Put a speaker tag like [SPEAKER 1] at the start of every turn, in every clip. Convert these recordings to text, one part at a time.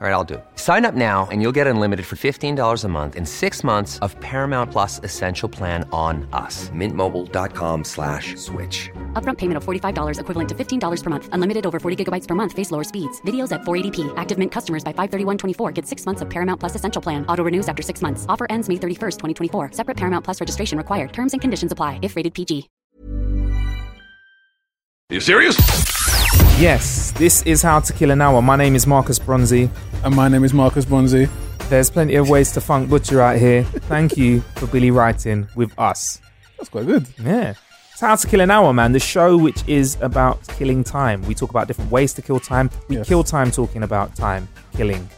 [SPEAKER 1] All right, I'll do it. Sign up now and you'll get unlimited for $15 a month in six months of Paramount Plus Essential Plan on us. Mintmobile.com slash switch.
[SPEAKER 2] Upfront payment of $45 equivalent to $15 per month. Unlimited over 40 gigabytes per month. Face lower speeds. Videos at 480p. Active Mint customers by 531.24 get six months of Paramount Plus Essential Plan. Auto renews after six months. Offer ends May 31st, 2024. Separate Paramount Plus registration required. Terms and conditions apply if rated PG.
[SPEAKER 3] Are you serious?
[SPEAKER 4] Yes, this is How to Kill an Hour. My name is Marcus Bronzy.
[SPEAKER 5] And my name is Marcus Bonzi.
[SPEAKER 4] There's plenty of ways to funk Butcher out here. Thank you for Billy writing with us.
[SPEAKER 5] That's quite good.
[SPEAKER 4] Yeah. It's How to Kill an Hour, man. The show which is about killing time. We talk about different ways to kill time. We
[SPEAKER 5] Yes.
[SPEAKER 4] kill time talking about time, killing,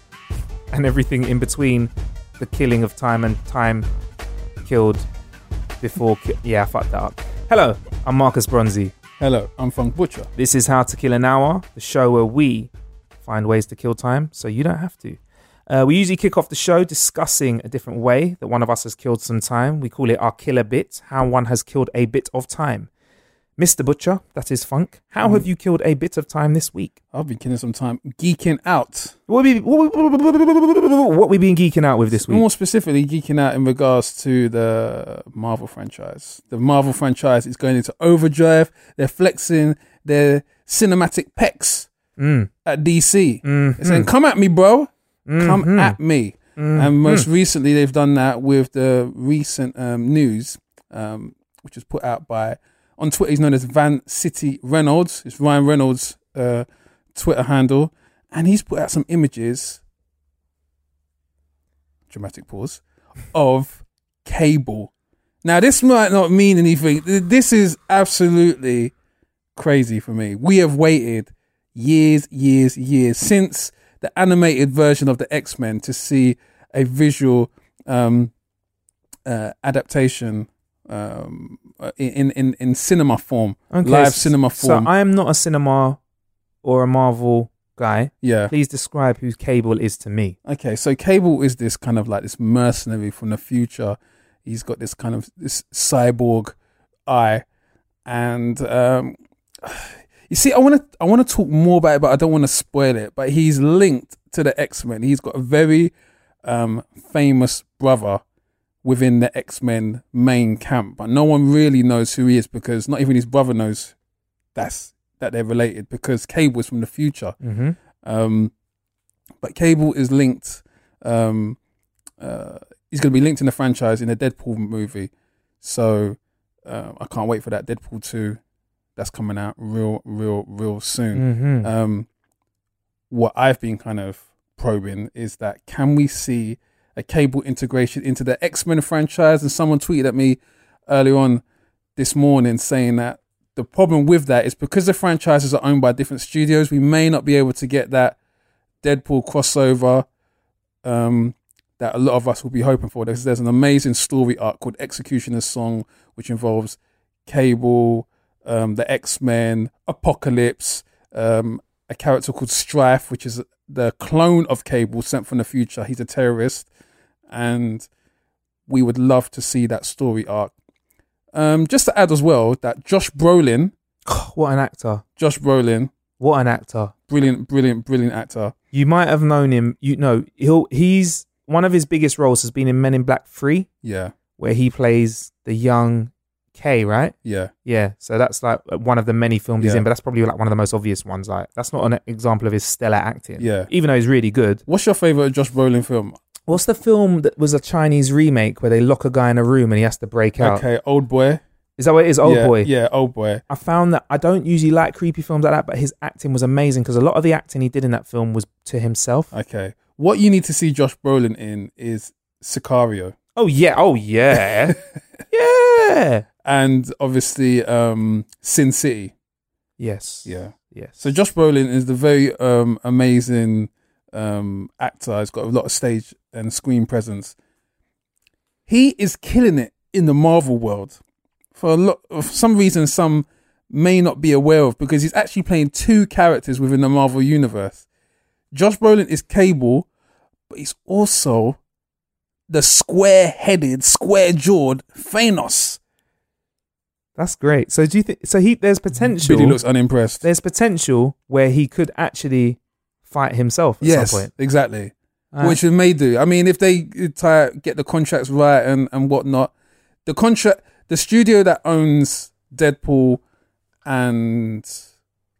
[SPEAKER 4] and everything in between the killing of time and time killed before. Ki- yeah, I fucked that up. Hello, I'm Marcus Bronzy.
[SPEAKER 5] Hello, I'm Funk Butcher.
[SPEAKER 4] This is How to Kill an Hour, the show where we find ways to kill time so you don't have to. Uh, we usually kick off the show discussing a different way that one of us has killed some time. We call it our killer bit, how one has killed a bit of time. Mr. Butcher, that is Funk, how
[SPEAKER 5] Mm.
[SPEAKER 4] have you killed a bit of time this week?
[SPEAKER 5] I've been killing some time geeking out.
[SPEAKER 4] What we, what we, what we been geeking out with this week?
[SPEAKER 5] More specifically, geeking out in regards to the Marvel franchise. The Marvel franchise is going into overdrive. They're flexing their cinematic pecs at DC.
[SPEAKER 4] Mm.
[SPEAKER 5] They're saying, come at me, bro. Come at me. And most recently, they've done that with the recent um, news, um, which was put out by, on Twitter, he's known as Van City Reynolds. It's Ryan Reynolds' uh, Twitter handle. And he's put out some images dramatic pause of cable. Now, this might not mean anything. Th- This is absolutely crazy for me. We have waited years, years, years since the animated version of the X Men to see a visual um, uh, adaptation um, uh, in, in, in cinema form, live cinema form.
[SPEAKER 4] So I am not a cinema or a Marvel guy.
[SPEAKER 5] yeah.
[SPEAKER 4] Please describe who Cable is to me.
[SPEAKER 5] Okay, so Cable is this kind of like this mercenary from the future. He's got this kind of this cyborg eye, and um, you see, I want to I want to talk more about it, but I don't want to spoil it. But he's linked to the X Men. He's got a very um, famous brother within the X Men main camp, but no one really knows who he is because not even his brother knows that's that they're related because Cable's from the future.
[SPEAKER 4] Mm-hmm.
[SPEAKER 5] Um, but Cable is linked. Um, uh, he's going to be linked in the franchise in a Deadpool movie. So uh, I can't wait for that Deadpool two. That's coming out real, real, real soon.
[SPEAKER 4] Mm-hmm.
[SPEAKER 5] Um, what I've been kind of probing is that can we see a Cable integration into the X Men franchise? And someone tweeted at me earlier on this morning saying that the problem with that is because the franchises are owned by different studios, we may not be able to get that Deadpool crossover um, that a lot of us will be hoping for. There's, there's an amazing story arc called Executioner's Song, which involves Cable, um, the X Men, Apocalypse, um, a character called Strife, which is the clone of Cable sent from the future. He's a terrorist. And we would love to see that story arc. Um, just to add as well that Josh Brolin, Uh,
[SPEAKER 4] what an actor.
[SPEAKER 5] Josh Brolin,
[SPEAKER 4] What an actor.
[SPEAKER 5] brilliant, brilliant, brilliant actor.
[SPEAKER 4] You might have known him. You know, he'll he's one of his biggest roles has been in Men in Black 3,
[SPEAKER 5] Yeah,
[SPEAKER 4] where he plays the young K, right?
[SPEAKER 5] yeah.
[SPEAKER 4] Yeah. So that's like one of the many films he's
[SPEAKER 5] Yeah.
[SPEAKER 4] in, but that's probably like one of the most obvious ones. Like that's not an example of his stellar acting.
[SPEAKER 5] Yeah.
[SPEAKER 4] Even though he's really good.
[SPEAKER 5] What's your favorite Josh Brolin film?
[SPEAKER 4] What's the film that was a Chinese remake where they lock a guy in a room and he has to break out?
[SPEAKER 5] Okay, Old Boy.
[SPEAKER 4] Is that what it is? Old
[SPEAKER 5] yeah,
[SPEAKER 4] boy.
[SPEAKER 5] Yeah, Old Boy.
[SPEAKER 4] I found that I don't usually like creepy films like that, but his acting was amazing because a lot of the acting he did in that film was to himself.
[SPEAKER 5] Okay. What you need to see Josh Brolin in is Sicario.
[SPEAKER 4] Oh yeah. Oh yeah. yeah.
[SPEAKER 5] and obviously um, Sin City.
[SPEAKER 4] Yes.
[SPEAKER 5] Yeah.
[SPEAKER 4] Yes.
[SPEAKER 5] So Josh Brolin is the very um, amazing um, actor. He's got a lot of stage and screen presence. He is killing it in the Marvel world. For a lot, for some reason, some may not be aware of because he's actually playing two characters within the Marvel universe. Josh Brolin is Cable, but he's also the square-headed, square-jawed Thanos.
[SPEAKER 4] that's great. So do you think? So he there's potential.
[SPEAKER 5] Billy looks unimpressed.
[SPEAKER 4] there's potential where he could actually fight himself at
[SPEAKER 5] yes,
[SPEAKER 4] some point. Ah.
[SPEAKER 5] exactly.
[SPEAKER 4] Alright.
[SPEAKER 5] Which they may do. I mean, if they tie, get the contracts right and, and whatnot, the contract, the studio that owns Deadpool and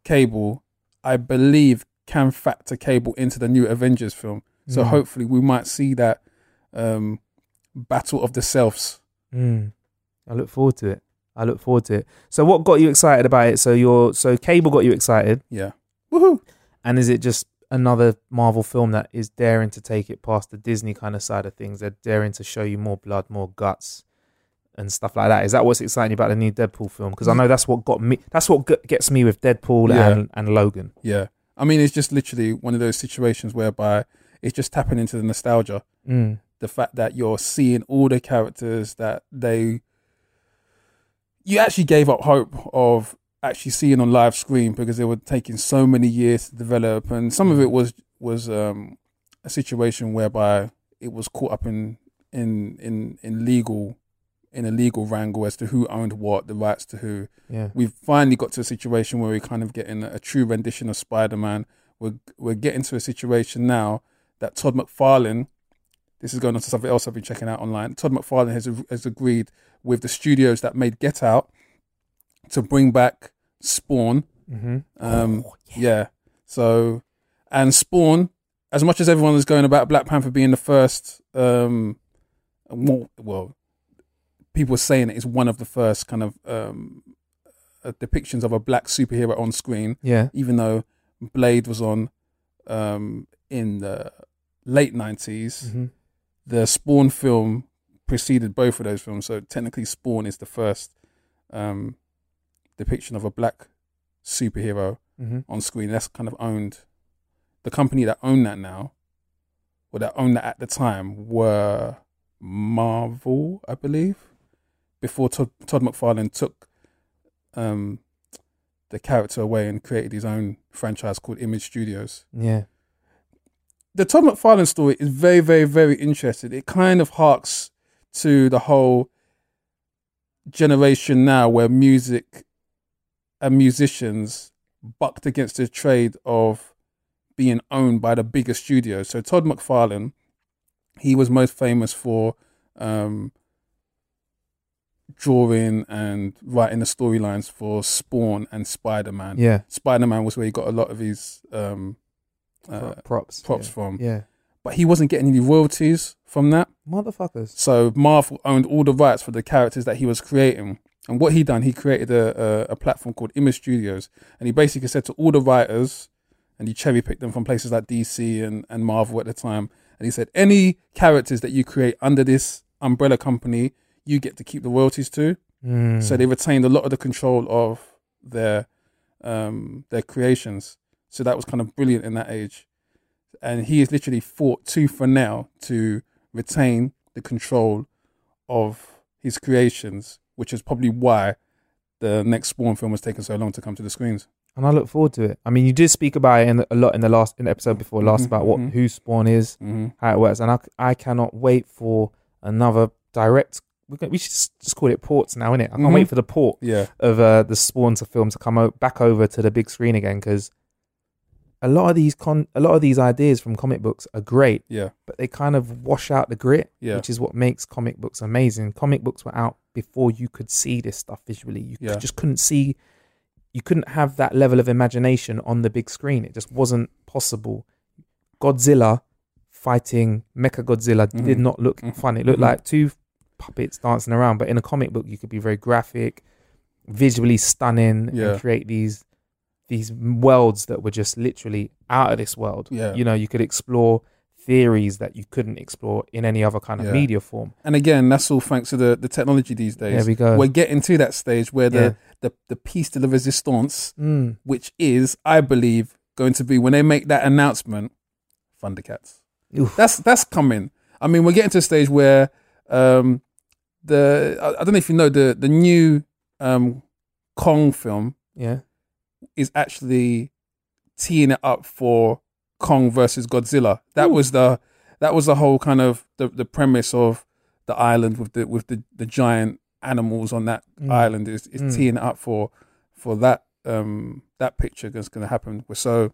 [SPEAKER 5] Cable, I believe, can factor Cable into the new Avengers film.
[SPEAKER 4] Mm.
[SPEAKER 5] So hopefully, we might see that um, battle of the selves.
[SPEAKER 4] Mm. I look forward to it. I look forward to it. So what got you excited about it? So your so Cable got you excited,
[SPEAKER 5] Yeah, woohoo!
[SPEAKER 4] and is it just another Marvel film that is daring to take it past the Disney kind of side of things? They're daring to show you more blood, more guts, and stuff like that. Is that what's exciting you about the new Deadpool film? Because I know that's what got me. That's what g- gets me with Deadpool
[SPEAKER 5] Mm. Yeah.
[SPEAKER 4] and and Logan.
[SPEAKER 5] Yeah, I mean, it's just literally one of those situations whereby it's just tapping into the nostalgia.
[SPEAKER 4] Mm.
[SPEAKER 5] the fact that you're seeing all the characters that they you actually gave up hope of actually seeing on live screen because they were taking so many years to develop and some of it was was um a situation whereby it was caught up in in in in legal in a legal wrangle as to who owned what the rights to who
[SPEAKER 4] Yeah.
[SPEAKER 5] we've finally got to a situation where we're kind of getting a true rendition of Spider-Man. We're we're getting to a situation now that Todd McFarlane, this is going on to something else I've been checking out online. Todd McFarlane has has agreed with the studios that made Get Out to bring back Spawn.
[SPEAKER 4] Mm-hmm.
[SPEAKER 5] Um, yeah. So, and Spawn, as much as everyone is going about Black Panther being the first, um, well, well people are saying it is one of the first kind of um, uh, depictions of a black superhero on screen,
[SPEAKER 4] Yeah.
[SPEAKER 5] even though Blade was on um, in the late 90s
[SPEAKER 4] Mm-hmm.
[SPEAKER 5] the Spawn film preceded both of those films, so technically Spawn is the first um, depiction of a black superhero
[SPEAKER 4] Mhm.
[SPEAKER 5] on screen. That's kind of owned. The company that owned that now, or that owned that at the time, were Marvel, I believe. Before Todd, Todd McFarlane took um, the character away and created his own franchise called Image Studios
[SPEAKER 4] Yeah.
[SPEAKER 5] the Todd McFarlane story is very, very, very interesting. It kind of harks to the whole generation now where music and musicians bucked against the trade of being owned by the bigger studios. So Todd McFarlane, he was most famous for um, drawing and writing the storylines for Spawn and Spider Man.
[SPEAKER 4] Yeah.
[SPEAKER 5] Spider Man was where he got a lot of his um, uh,
[SPEAKER 4] props.
[SPEAKER 5] props
[SPEAKER 4] yeah.
[SPEAKER 5] from
[SPEAKER 4] Yeah.
[SPEAKER 5] but he wasn't getting any royalties from that.
[SPEAKER 4] Motherfuckers.
[SPEAKER 5] So Marvel owned all the rights for the characters that he was creating. And what he done, he created a, a, a platform called Image Studios, and he basically said to all the writers, and he cherry picked them from places like DC and, and Marvel at the time, and he said, any characters that you create under this umbrella company, you get to keep the royalties to.
[SPEAKER 4] Mm.
[SPEAKER 5] So they retained a lot of the control of their um, their creations. So that was kind of brilliant in that age. And he has literally fought tooth for now to retain the control of his creations, which is probably why the next Spawn film was taking so long to come to the screens.
[SPEAKER 4] and I look forward to it. I mean, you did speak about it in, a lot in the last in the episode before last
[SPEAKER 5] Mhm,
[SPEAKER 4] about what
[SPEAKER 5] mhm.
[SPEAKER 4] who Spawn is,
[SPEAKER 5] Mm-hmm.
[SPEAKER 4] how it works, and I, I cannot wait for another direct. We, can, we should just, just call it ports now, innit? I can't
[SPEAKER 5] Mhm.
[SPEAKER 4] wait for the port
[SPEAKER 5] Yeah,
[SPEAKER 4] of uh, the Spawn to film to come o- back over to the big screen again because a lot of these con a lot of these ideas from comic books are great,
[SPEAKER 5] yeah,
[SPEAKER 4] but they kind of wash out the grit,
[SPEAKER 5] Yeah.
[SPEAKER 4] which is what makes comic books amazing. Comic books were out before you could see this stuff visually. You
[SPEAKER 5] Yeah.
[SPEAKER 4] could, just couldn't see, you couldn't have that level of imagination on the big screen. It just wasn't possible. Godzilla fighting Mecha Godzilla
[SPEAKER 5] Mm-hmm.
[SPEAKER 4] did not look fun. It looked like two puppets dancing around, but in a comic book, you could be very graphic, visually stunning,
[SPEAKER 5] Yeah.
[SPEAKER 4] and create these these worlds that were just literally out of this world.
[SPEAKER 5] Yeah.
[SPEAKER 4] You know, you could explore theories that you couldn't explore in any other kind of
[SPEAKER 5] Yeah.
[SPEAKER 4] media form.
[SPEAKER 5] And again, that's all thanks to the, the technology these days.
[SPEAKER 4] There we go.
[SPEAKER 5] We're getting to that stage where the,
[SPEAKER 4] Yeah.
[SPEAKER 5] the, the piece de la resistance,
[SPEAKER 4] Mm.
[SPEAKER 5] which is, I believe, going to be when they make that announcement, Thundercats.
[SPEAKER 4] Oof.
[SPEAKER 5] That's that's coming. I mean, we're getting to a stage where um, the I, I don't know if you know the the new um, Kong film
[SPEAKER 4] Yeah.
[SPEAKER 5] is actually teeing it up for Kong versus Godzilla. That was the that was the whole kind of the, the premise of the island with the with the, the giant animals on that
[SPEAKER 4] Mm.
[SPEAKER 5] island is, is
[SPEAKER 4] Mm.
[SPEAKER 5] teeing it up for for that um that picture that's going to happen. So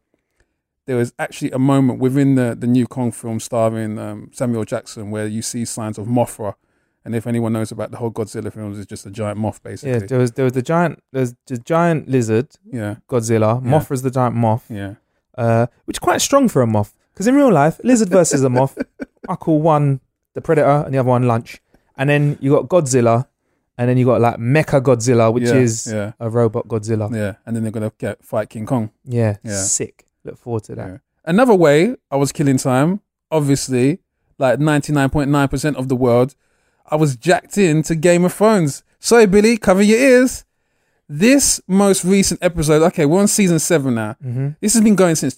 [SPEAKER 5] there was actually a moment within the the new Kong film starring um, Samuel Jackson where you see signs of Mothra. And if anyone knows about the whole Godzilla films, it's just a giant moth,
[SPEAKER 4] Yeah.
[SPEAKER 5] basically.
[SPEAKER 4] There was there was the giant there's the giant lizard
[SPEAKER 5] Yeah,
[SPEAKER 4] Godzilla.
[SPEAKER 5] Yeah.
[SPEAKER 4] Mothra's the giant moth,
[SPEAKER 5] yeah,
[SPEAKER 4] uh, which is quite strong for a moth because in real life, lizard versus a moth, I call one the predator and the other one lunch, and then you got Godzilla, and then you got like Mecha Godzilla, which
[SPEAKER 5] Yeah,
[SPEAKER 4] is
[SPEAKER 5] yeah.
[SPEAKER 4] a robot Godzilla.
[SPEAKER 5] yeah. And then they're gonna get fight King Kong.
[SPEAKER 4] Yeah,
[SPEAKER 5] Yeah.
[SPEAKER 4] sick. Look forward to that.
[SPEAKER 5] Yeah. Another way I was killing time, obviously, like 99.9% of the world, I was jacked into Game of Thrones. Sorry, Billy, cover your ears. This most recent episode, okay, we're on season seven now. This has been going since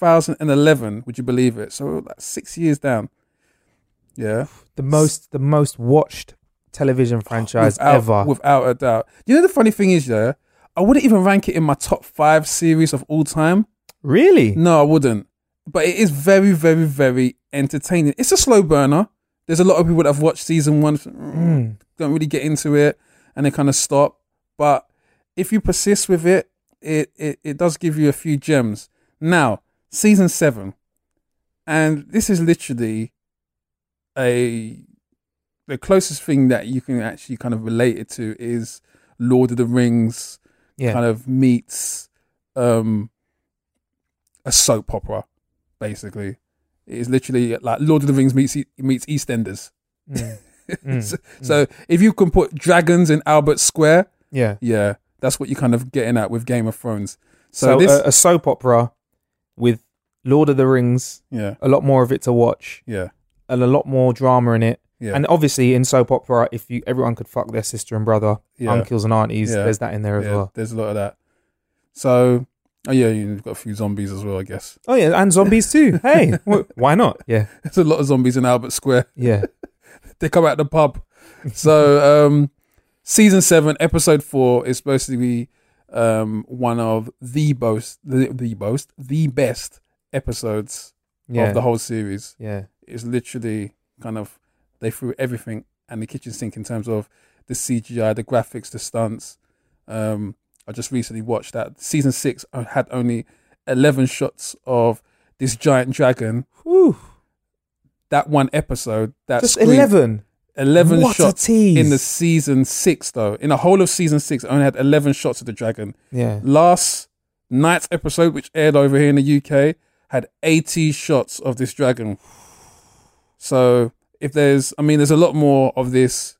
[SPEAKER 5] 2011, would you believe it? So, like six years down. Yeah.
[SPEAKER 4] The most the most watched television franchise
[SPEAKER 5] Without-
[SPEAKER 4] ever.
[SPEAKER 5] Without a doubt. You know, the funny thing is, yeah, I wouldn't even rank it in my top five series of all time.
[SPEAKER 4] really?
[SPEAKER 5] No, I wouldn't. But it is very, very, very entertaining. It's a slow burner. There's a lot of people that have watched season one,
[SPEAKER 4] Hmm.
[SPEAKER 5] mm, don't really get into it, and they kind of stop. But if you persist with it, it, it, it does give you a few gems. Now, season seven, and this is literally a the closest thing that you can actually kind of relate it to is Lord of the Rings
[SPEAKER 4] Yeah.
[SPEAKER 5] kind of meets um a soap opera basically it is literally like lord of the rings meets E- meets eastenders
[SPEAKER 4] Mm.
[SPEAKER 5] so, so if you can put dragons in albert square
[SPEAKER 4] Yeah.
[SPEAKER 5] yeah that's what you're kind of getting at with game of thrones so,
[SPEAKER 4] So, uh,
[SPEAKER 5] this
[SPEAKER 4] a, a soap opera with Lord of the Rings,
[SPEAKER 5] yeah
[SPEAKER 4] a lot more of it to watch,
[SPEAKER 5] yeah
[SPEAKER 4] and a lot more drama in it.
[SPEAKER 5] Yeah.
[SPEAKER 4] And obviously in soap opera, if you everyone could fuck their sister and brother,
[SPEAKER 5] Yeah.
[SPEAKER 4] uncles and aunties,
[SPEAKER 5] Yeah.
[SPEAKER 4] there's that in there as
[SPEAKER 5] yeah
[SPEAKER 4] well.
[SPEAKER 5] there's a lot of that so oh yeah you've got a few zombies as well i guess
[SPEAKER 4] Oh yeah, and zombies too. hey, wh- why not? Yeah,
[SPEAKER 5] there's a lot of zombies in albert square
[SPEAKER 4] yeah.
[SPEAKER 5] they come out the pub. So um season seven, episode four is supposed to be um one of the most the, the most the best episodes
[SPEAKER 4] Yeah.
[SPEAKER 5] of the whole series.
[SPEAKER 4] Yeah.
[SPEAKER 5] It's literally kind of they threw everything and the kitchen sink in terms of the CGI, the graphics, the stunts. Um I just recently watched that season six I had only eleven shots of this giant dragon.
[SPEAKER 4] Whew.
[SPEAKER 5] That one episode, that
[SPEAKER 4] Just
[SPEAKER 5] screen-
[SPEAKER 4] eleven.
[SPEAKER 5] 11
[SPEAKER 4] What a
[SPEAKER 5] shots
[SPEAKER 4] tease.
[SPEAKER 5] in the season six, though. In the whole of season six, I only had 11 shots of the dragon.
[SPEAKER 4] Yeah.
[SPEAKER 5] Last night's episode, which aired over here in the UK, had 80 shots of this dragon. So, if there's, I mean, there's a lot more of this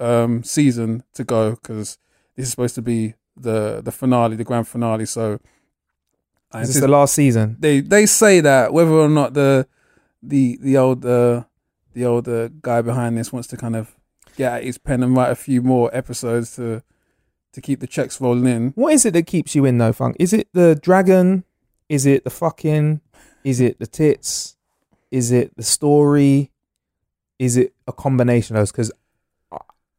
[SPEAKER 5] um, season to go because this is supposed to be the the finale, the grand finale. So, I
[SPEAKER 4] Is this the last season?
[SPEAKER 5] they they say that whether or not the the the old uh, the old uh, guy behind this wants to kind of get at his pen and write a few more episodes to to keep the checks rolling in.
[SPEAKER 4] What is it that keeps you in though, Funk? Is it the dragon? Is it the fucking? Is it the tits? Is it the story? Is it a combination of those? Because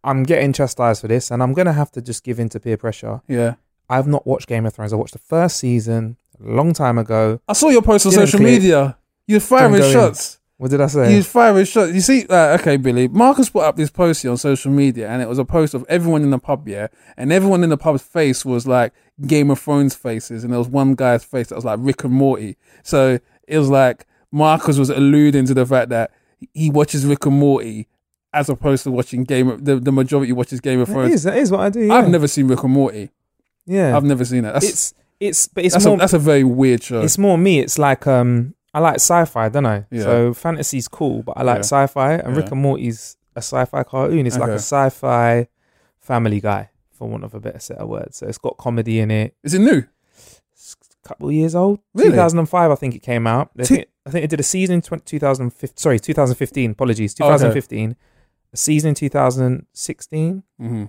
[SPEAKER 4] I'm getting chastised for this, and I'm gonna have to just give in to peer pressure.
[SPEAKER 5] Yeah,
[SPEAKER 4] I've not watched Game of Thrones. I watched the first season a long time ago.
[SPEAKER 5] I saw your post on
[SPEAKER 4] Didn't
[SPEAKER 5] social
[SPEAKER 4] click.
[SPEAKER 5] media. You're firing
[SPEAKER 4] go in.
[SPEAKER 5] shots.
[SPEAKER 4] What did I say?
[SPEAKER 5] You're firing shots. You see, like, okay, Billy. Marcus put up this post here on social media, and it was a post of everyone in the pub. Yeah, and everyone in the pub's face was like Game of Thrones faces, and there was one guy's face that was like Rick and Morty. So it was like Marcus was alluding to the fact that he watches Rick and Morty as opposed to watching Game. Of, the the majority watches Game of
[SPEAKER 4] that
[SPEAKER 5] Thrones.
[SPEAKER 4] is that is what I do.
[SPEAKER 5] I've
[SPEAKER 4] yeah.
[SPEAKER 5] never seen Rick and Morty.
[SPEAKER 4] Yeah,
[SPEAKER 5] I've never seen that. That's
[SPEAKER 4] it's it's but it's
[SPEAKER 5] that's,
[SPEAKER 4] more
[SPEAKER 5] a, that's a very weird show.
[SPEAKER 4] it's more me. It's like um, I like sci-fi, don't I?
[SPEAKER 5] Yeah.
[SPEAKER 4] So fantasy's cool, but I like
[SPEAKER 5] Yeah.
[SPEAKER 4] sci-fi, and
[SPEAKER 5] Yeah.
[SPEAKER 4] Rick and Morty's a sci-fi cartoon. It's like a
[SPEAKER 5] Okay.
[SPEAKER 4] sci-fi Family Guy, for want of a better set of words. So it's got comedy in it.
[SPEAKER 5] Is it new?
[SPEAKER 4] It's a couple of years old,
[SPEAKER 5] Really?
[SPEAKER 4] 2005, I think it came out. They
[SPEAKER 5] Two-
[SPEAKER 4] think- I think they did a season in 20, 2015. Sorry, 2015. Apologies,
[SPEAKER 5] Oh,
[SPEAKER 4] 2015. A season in 2016.
[SPEAKER 5] Mm-hmm.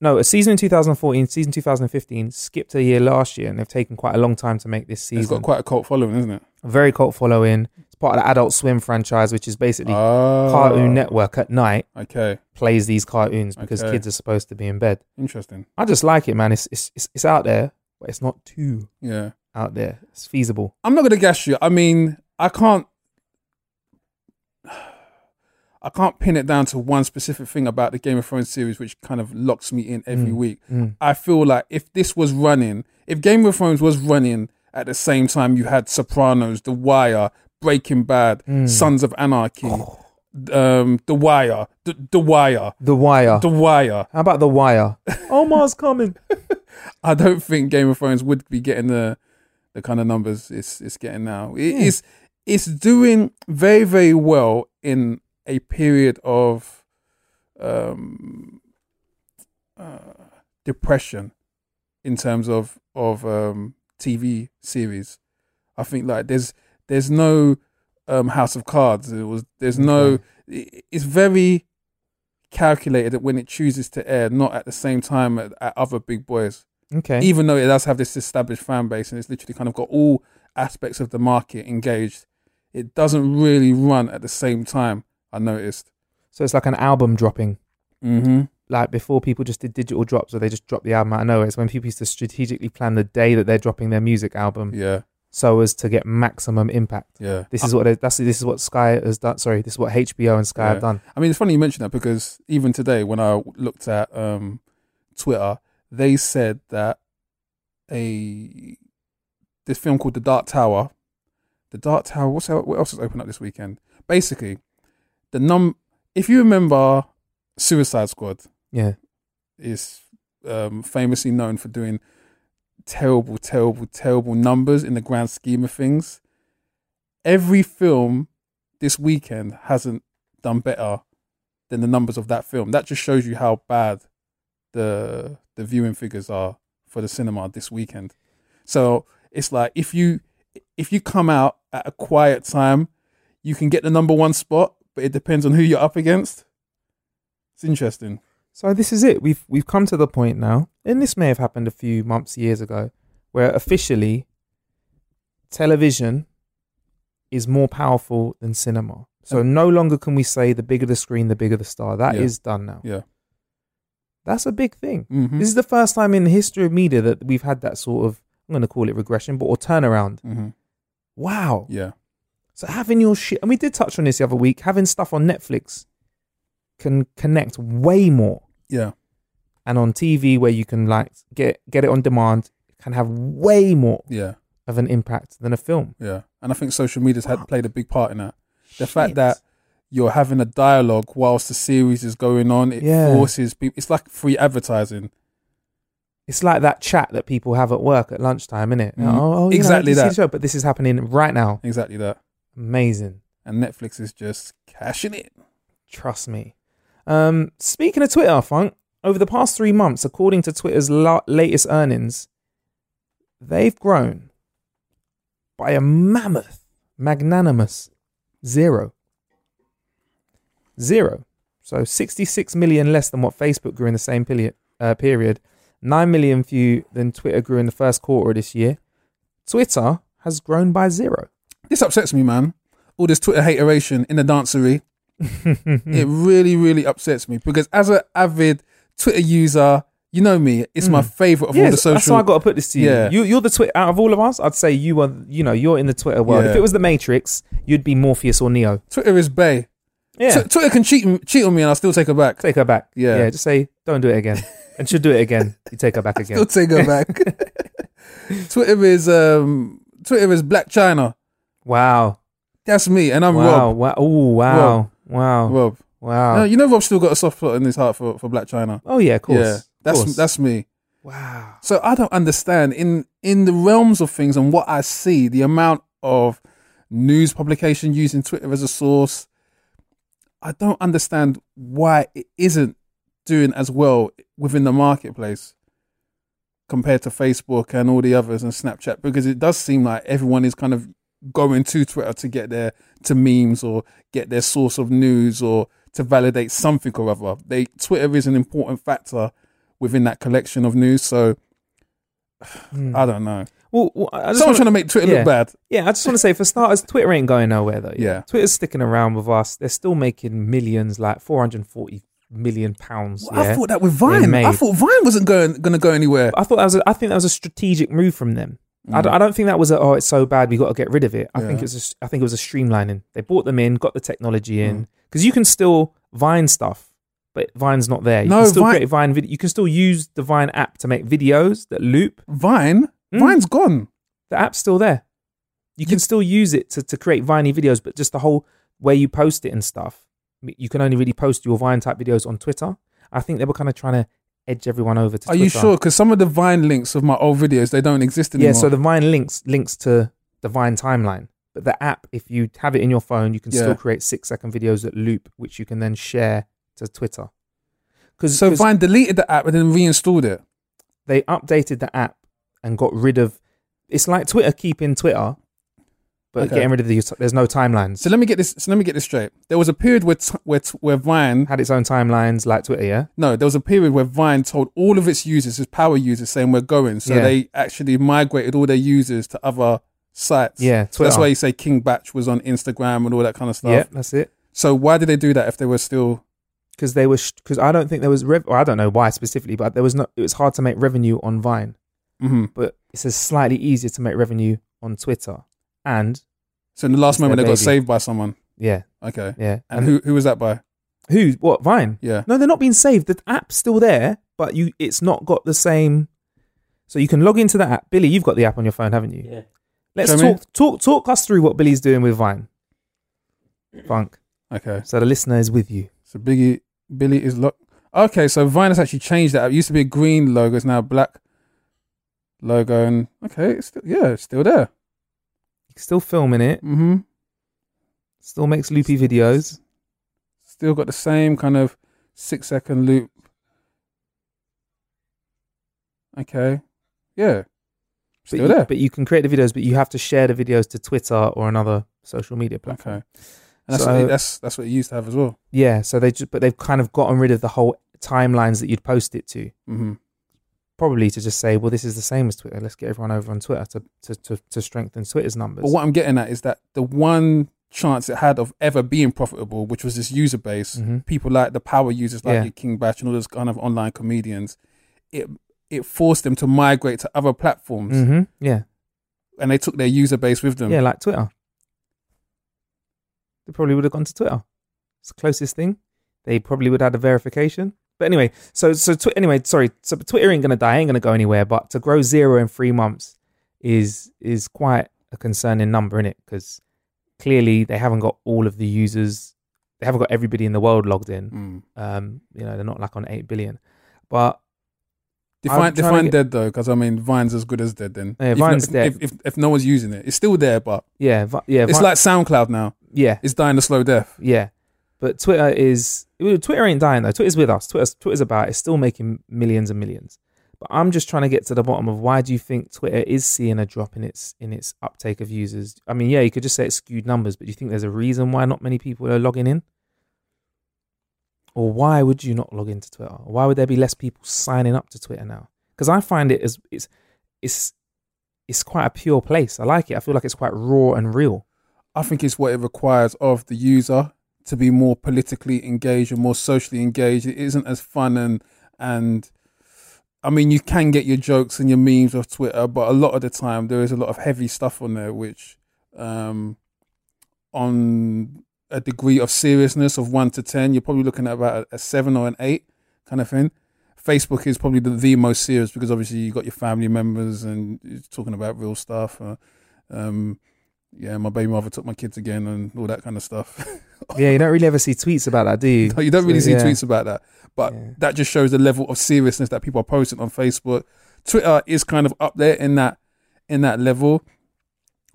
[SPEAKER 4] No, a season in 2014. Season 2015. Skipped a year last year, and they've taken quite a long time to make this
[SPEAKER 5] He's
[SPEAKER 4] season.
[SPEAKER 5] got quite a cult following, isn't it?
[SPEAKER 4] Very cult following. It's part of the Adult Swim franchise, which is basically
[SPEAKER 5] Oh,
[SPEAKER 4] Cartoon Network at night
[SPEAKER 5] Okay,
[SPEAKER 4] plays these cartoons because
[SPEAKER 5] Okay.
[SPEAKER 4] kids are supposed to be in bed.
[SPEAKER 5] interesting.
[SPEAKER 4] I just like it, man. It's it's it's, it's out there, but it's not too
[SPEAKER 5] Yeah.
[SPEAKER 4] out there. It's feasible.
[SPEAKER 5] I'm not gonna guess you. I mean, I can't. I can't pin it down to one specific thing about the Game of Thrones series, which kind of locks me in every week.
[SPEAKER 4] mm.
[SPEAKER 5] I feel like if this was running, if Game of Thrones was running at the same time you had Sopranos, The Wire, Breaking Bad,
[SPEAKER 4] Mm.
[SPEAKER 5] Sons of Anarchy,
[SPEAKER 4] Oh.
[SPEAKER 5] um, The Wire, The, the Wire,
[SPEAKER 4] The Wire.
[SPEAKER 5] The Wire,
[SPEAKER 4] How about The Wire? Omar's coming.
[SPEAKER 5] I don't think Game of Thrones would be getting the the kind of numbers it's it's getting now. It is it's doing very very well in a period of um uh, depression in terms of of um TV series. I think like there's there's no um House of Cards. It was there's no it- it's very calculated when it chooses to air, not at the same time at, at other big boys
[SPEAKER 4] Okay.
[SPEAKER 5] even though it does have this established fan base and it's literally kind of got all aspects of the market engaged, it doesn't really run at the same time. I noticed.
[SPEAKER 4] So it's like an album dropping.
[SPEAKER 5] Mm-hmm.
[SPEAKER 4] Like before, people just did digital drops, or they just dropped the album out of nowhere. It's when people used to strategically plan the day that they're dropping their music album,
[SPEAKER 5] Yeah,
[SPEAKER 4] so as to get maximum impact.
[SPEAKER 5] yeah.
[SPEAKER 4] This is what they- that's this is what Sky has done. Sorry, this is what HBO and Sky
[SPEAKER 5] Yeah.
[SPEAKER 4] have done.
[SPEAKER 5] I mean, it's funny you mention that because even today, when I looked at um, Twitter, they said that a this film called The Dark Tower, The Dark Tower. What's el- what else is open up this weekend? Basically, the num. If you remember Suicide Squad,
[SPEAKER 4] Yeah.
[SPEAKER 5] is um, famously known for doing terrible, terrible, terrible numbers in the grand scheme of things. Every film this weekend hasn't done better than the numbers of that film. That just shows you how bad the the viewing figures are for the cinema this weekend. So it's like if you if you come out at a quiet time, you can get the number one spot, but it depends on who you're up against. It's interesting.
[SPEAKER 4] So this is it. We've we've come to the point now, and this may have happened a few months, years ago, where officially television is more powerful than cinema. So no longer can we say the bigger the screen, the bigger the star. That is
[SPEAKER 5] Yeah.
[SPEAKER 4] done now.
[SPEAKER 5] Yeah.
[SPEAKER 4] That's a big thing.
[SPEAKER 5] Mhm.
[SPEAKER 4] This is the first time in the history of media that we've had that sort of I'm going to call it regression, but or turnaround.
[SPEAKER 5] Mm-hmm.
[SPEAKER 4] Wow.
[SPEAKER 5] Yeah.
[SPEAKER 4] So having your shit, and we did touch on this the other week, having stuff on Netflix can connect way more
[SPEAKER 5] Yeah.
[SPEAKER 4] and on TV where you can like get get it on demand can have way more
[SPEAKER 5] Yeah.
[SPEAKER 4] of an impact than a film.
[SPEAKER 5] Yeah. And I think social media's had played a big part in that. The
[SPEAKER 4] Shit.
[SPEAKER 5] fact that you're having a dialogue whilst the series is going on, it
[SPEAKER 4] Yeah.
[SPEAKER 5] forces people. It's like free advertising.
[SPEAKER 4] it's like that chat that people have at work at lunchtime, isn't it?
[SPEAKER 5] Mhm.
[SPEAKER 4] Oh, oh, you
[SPEAKER 5] Exactly
[SPEAKER 4] know, did you see
[SPEAKER 5] that.
[SPEAKER 4] the show? But this is happening right now.
[SPEAKER 5] Exactly that.
[SPEAKER 4] Amazing.
[SPEAKER 5] And Netflix is just cashing it.
[SPEAKER 4] Trust me. Um, speaking of Twitter, Funk, over the past three months, according to Twitter's la- latest earnings, they've grown by a mammoth, magnanimous zero. Zero. So 66 million less than what Facebook grew in the same period. Uh, period. 9 million fewer than Twitter grew in the first quarter of this year. Twitter has grown by zero.
[SPEAKER 5] This upsets me, man. All this Twitter hateration in the dancery. it really, really upsets me because as an avid Twitter user, you know me, it's my favorite of all the
[SPEAKER 4] Mm. Yes,
[SPEAKER 5] social.
[SPEAKER 4] That's why I got to put this to you.
[SPEAKER 5] Yeah.
[SPEAKER 4] you you're the Twitter out of all of us. I'd say you are. You know, you're in the Twitter world.
[SPEAKER 5] Yeah.
[SPEAKER 4] If it was the Matrix, you'd be Morpheus or Neo.
[SPEAKER 5] Twitter is bay.
[SPEAKER 4] Yeah,
[SPEAKER 5] Tw- Twitter can cheat, cheat on me and I'll still take her back.
[SPEAKER 4] take her back.
[SPEAKER 5] Yeah.
[SPEAKER 4] yeah. Just say, don't do it again, and she'll do it again. You take her back again.
[SPEAKER 5] Still take her back. Twitter is um Twitter is Black China.
[SPEAKER 4] Wow.
[SPEAKER 5] That's me, and I'm
[SPEAKER 4] Wow. Wow. Oh, wow. Wow.
[SPEAKER 5] Rob. Rob,
[SPEAKER 4] Wow.
[SPEAKER 5] no, you know Rob's still got a soft spot in his heart for, for Black China.
[SPEAKER 4] oh yeah. Of course.
[SPEAKER 5] yeah,
[SPEAKER 4] Of
[SPEAKER 5] that's
[SPEAKER 4] course.
[SPEAKER 5] that's me.
[SPEAKER 4] wow.
[SPEAKER 5] So I don't understand in in the realms of things and what I see, the amount of news publication using Twitter as a source. I don't understand why it isn't doing as well within the marketplace compared to Facebook and all the others and Snapchat because it does seem like everyone is kind of going to Twitter to get their to memes or get their source of news or to validate something or other. They Twitter is an important factor within that collection of news. So I don't know.
[SPEAKER 4] Well, well I just
[SPEAKER 5] Someone's
[SPEAKER 4] wanna-
[SPEAKER 5] trying to make Twitter
[SPEAKER 4] yeah.
[SPEAKER 5] look bad.
[SPEAKER 4] Yeah, I just want to say for starters, Twitter ain't going nowhere though.
[SPEAKER 5] Yeah.
[SPEAKER 4] Twitter's sticking around with us. They're still making millions, like 440 million pounds. yeah?
[SPEAKER 5] I thought that with
[SPEAKER 4] They
[SPEAKER 5] Vine. I
[SPEAKER 4] made.
[SPEAKER 5] thought Vine wasn't going going to go anywhere.
[SPEAKER 4] I thought that was a, I think that was a strategic move from them. I, don't, I don't think that was a oh it's so bad we got to get rid of it. I think
[SPEAKER 5] Mm. Yeah.
[SPEAKER 4] it was a s- I think it was a streamlining. They bought them in, got the technology
[SPEAKER 5] Mm.
[SPEAKER 4] in because you can still Vine stuff, but Vine's not there. You
[SPEAKER 5] No,
[SPEAKER 4] can still
[SPEAKER 5] Vine-
[SPEAKER 4] create Vine video. You can still use the Vine app to make videos that loop.
[SPEAKER 5] Vine,
[SPEAKER 4] Mm.
[SPEAKER 5] Vine's gone.
[SPEAKER 4] The app's still there. You can still use it to, to create Viney videos, but just the whole way you post it and stuff. I mean, You can only really post your Vine type videos on Twitter. I think they were kind of trying to edge everyone over to
[SPEAKER 5] Are
[SPEAKER 4] Twitter.
[SPEAKER 5] you sure? Because some of the Vine links of my old videos they don't exist anymore.
[SPEAKER 4] Yeah, so the Vine links links to the Vine timeline. But the app, if you have it in your phone, you can
[SPEAKER 5] Yeah.
[SPEAKER 4] still create six second videos that loop, which you can then share to Twitter. Because
[SPEAKER 5] so Vine deleted the app and then reinstalled it.
[SPEAKER 4] they updated the app and got rid of. It's like Twitter keeping Twitter, but
[SPEAKER 5] Okay.
[SPEAKER 4] getting rid of the. There's no timelines.
[SPEAKER 5] So let me get this. So let me get this straight. There was a period where t- where t- where Vine
[SPEAKER 4] had its own timelines like Twitter, yeah?
[SPEAKER 5] no, there was a period where Vine told all of its users, its power users, saying we're going. So
[SPEAKER 4] Yeah.
[SPEAKER 5] they actually migrated all their users to other sites.
[SPEAKER 4] Yeah,
[SPEAKER 5] so that's
[SPEAKER 4] Twitter.
[SPEAKER 5] why you say King Batch was on Instagram and all that kind of stuff.
[SPEAKER 4] Yeah, that's it.
[SPEAKER 5] So why did they do that if they were still?
[SPEAKER 4] Because they were, because I don't think there was, rev- well, I don't know why specifically, but there was no, it was hard to make revenue on Vine,
[SPEAKER 5] hmm
[SPEAKER 4] but it's a slightly easier to make revenue on Twitter. And
[SPEAKER 5] So in the last
[SPEAKER 4] It's
[SPEAKER 5] moment, they
[SPEAKER 4] their
[SPEAKER 5] got
[SPEAKER 4] baby.
[SPEAKER 5] saved by someone.
[SPEAKER 4] yeah,
[SPEAKER 5] Okay.
[SPEAKER 4] yeah.
[SPEAKER 5] And who who was that by?
[SPEAKER 4] who, what, Vine?
[SPEAKER 5] Yeah.
[SPEAKER 4] No, they're not being saved. The app's still there, but you, it's not got the same. So you can log into the app. Billy, you've got the app on your phone, haven't you?
[SPEAKER 3] Yeah.
[SPEAKER 4] Let's
[SPEAKER 5] Show me.
[SPEAKER 4] talk, talk, talk us through what Billy's doing with Vine. Funk.
[SPEAKER 5] Okay.
[SPEAKER 4] So the listener is with you.
[SPEAKER 5] So Biggie Billy is locked. Okay, so Vine has actually changed that. It used to be a green logo, it's now a black logo, and okay, it's still, yeah, it's still there.
[SPEAKER 4] Still filming it.
[SPEAKER 5] hmm
[SPEAKER 4] Still makes loopy videos.
[SPEAKER 5] Still got the same kind of six second loop. Okay, yeah,
[SPEAKER 4] But
[SPEAKER 5] still
[SPEAKER 4] you,
[SPEAKER 5] there.
[SPEAKER 4] but you can create the videos, but you have to share the videos to Twitter or another social media platform.
[SPEAKER 5] okay, and that's what
[SPEAKER 4] So-
[SPEAKER 5] it, that's that's what it used to have as well.
[SPEAKER 4] Yeah, so they just but they've kind of gotten rid of the whole timelines that you'd post it to.
[SPEAKER 5] hmm
[SPEAKER 4] Probably to just say, well, this is the same as Twitter. Let's get everyone over on Twitter to to, to, to strengthen Twitter's numbers.
[SPEAKER 5] But what I'm getting at is that the one chance it had of ever being profitable, which was this user base,
[SPEAKER 4] Mhm.
[SPEAKER 5] people like the power users like
[SPEAKER 4] Yeah.
[SPEAKER 5] your King Batch and all those kind of online comedians, it it forced them to migrate to other platforms
[SPEAKER 4] hmm Yeah,
[SPEAKER 5] and they took their user base with them.
[SPEAKER 4] yeah, like Twitter. They probably would have gone to Twitter. It's the closest thing. They probably would have had a verification. But anyway, so so tw- anyway, sorry. So Twitter ain't gonna die, ain't gonna go anywhere. But to grow zero in three months is is quite a concerning number, in it? Because clearly they haven't got all of the users. They haven't got everybody in the world logged in.
[SPEAKER 5] Mm.
[SPEAKER 4] Um, you know, they're not like on eight billion. But
[SPEAKER 5] Define
[SPEAKER 4] trying to
[SPEAKER 5] define
[SPEAKER 4] get-
[SPEAKER 5] dead though, because I mean Vine's as good as dead then.
[SPEAKER 4] Yeah,
[SPEAKER 5] If
[SPEAKER 4] Vine's
[SPEAKER 5] no-
[SPEAKER 4] dead.
[SPEAKER 5] If, if, if no one's using it, it's still there, but
[SPEAKER 4] yeah, vi- yeah,
[SPEAKER 5] it's
[SPEAKER 4] vi-
[SPEAKER 5] like SoundCloud now.
[SPEAKER 4] yeah,
[SPEAKER 5] It's dying a slow death.
[SPEAKER 4] Yeah, but Twitter is well, Twitter ain't dying though. Twitter's with us. Twitter's Twitter's about. It's still making millions and millions. But I'm just trying to get to the bottom of why do you think Twitter is seeing a drop in its in its uptake of users? I mean, yeah, you could just say it's skewed numbers, but do you think there's a reason why not many people are logging in? Or why would you not log into Twitter? Why would there be less people signing up to Twitter now? Because I find it as it's it's it's quite a pure place. I like it. I feel like it's quite raw and real.
[SPEAKER 5] I think it's what it requires of the user to be more politically engaged and more socially engaged. It isn't as fun and and I mean you can get your jokes and your memes off Twitter, but a lot of the time there is a lot of heavy stuff on there which um on a degree of seriousness of one to ten, you're probably looking at about a, a seven or an eight kind of thing. Facebook is probably the, the most serious because obviously you got your family members and it's talking about real stuff. Uh, um, yeah, my baby mother took my kids again and all that kind of stuff.
[SPEAKER 4] Yeah, you don't really ever see tweets about that, do you?
[SPEAKER 5] you don't really
[SPEAKER 4] So,
[SPEAKER 5] see
[SPEAKER 4] yeah.
[SPEAKER 5] tweets about that, but
[SPEAKER 4] Yeah.
[SPEAKER 5] that just shows the level of seriousness that people are posting on Facebook. Twitter is kind of up there in that in that level.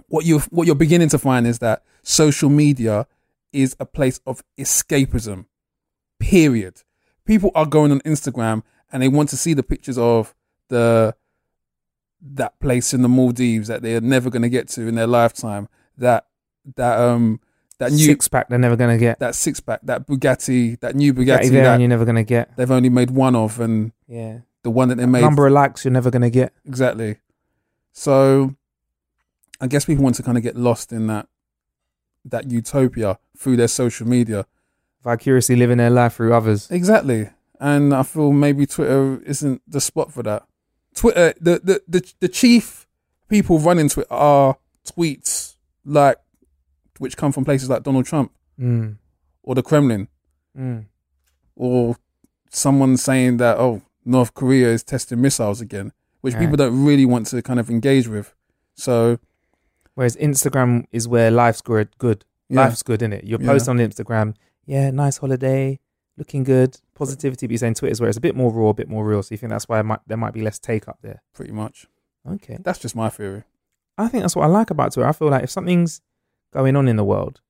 [SPEAKER 5] What you what you're beginning to find is that social media is a place of escapism. Period. People are going on Instagram and they want to see the pictures of the that place in the Maldives that they are never going to get to in their lifetime. that that um that new
[SPEAKER 4] Six pack they're never gonna get.
[SPEAKER 5] that six pack, that Bugatti, that new
[SPEAKER 4] Get
[SPEAKER 5] Bugatti
[SPEAKER 4] there
[SPEAKER 5] that
[SPEAKER 4] and you're never gonna get.
[SPEAKER 5] they've only made one of, and
[SPEAKER 4] Yeah.
[SPEAKER 5] the one that they made
[SPEAKER 4] Number of likes you're never gonna get.
[SPEAKER 5] exactly. So, I guess people want to kind of get lost in that that utopia through their social media.
[SPEAKER 4] Vicariously living their life through others.
[SPEAKER 5] Exactly. And I feel maybe Twitter isn't the spot for that. Twitter, the the the, the chief people running Twitter are tweets like which come from places like Donald Trump
[SPEAKER 4] Mm.
[SPEAKER 5] or the Kremlin
[SPEAKER 4] Mm.
[SPEAKER 5] or someone saying that oh North Korea is testing missiles again, which
[SPEAKER 4] Right.
[SPEAKER 5] people don't really want to kind of engage with. So
[SPEAKER 4] Whereas Instagram is where life's good. Good.
[SPEAKER 5] Yeah.
[SPEAKER 4] Life's good, isn't it? You
[SPEAKER 5] Yeah.
[SPEAKER 4] post on Instagram. Yeah, nice holiday, looking good, positivity. But you're saying Twitter's where it's a bit more raw, a bit more real. So you think that's why it might, there might be less take up there.
[SPEAKER 5] pretty much,
[SPEAKER 4] Okay.
[SPEAKER 5] that's just my theory.
[SPEAKER 4] I think that's what I like about Twitter. I feel like if something's going on in the world,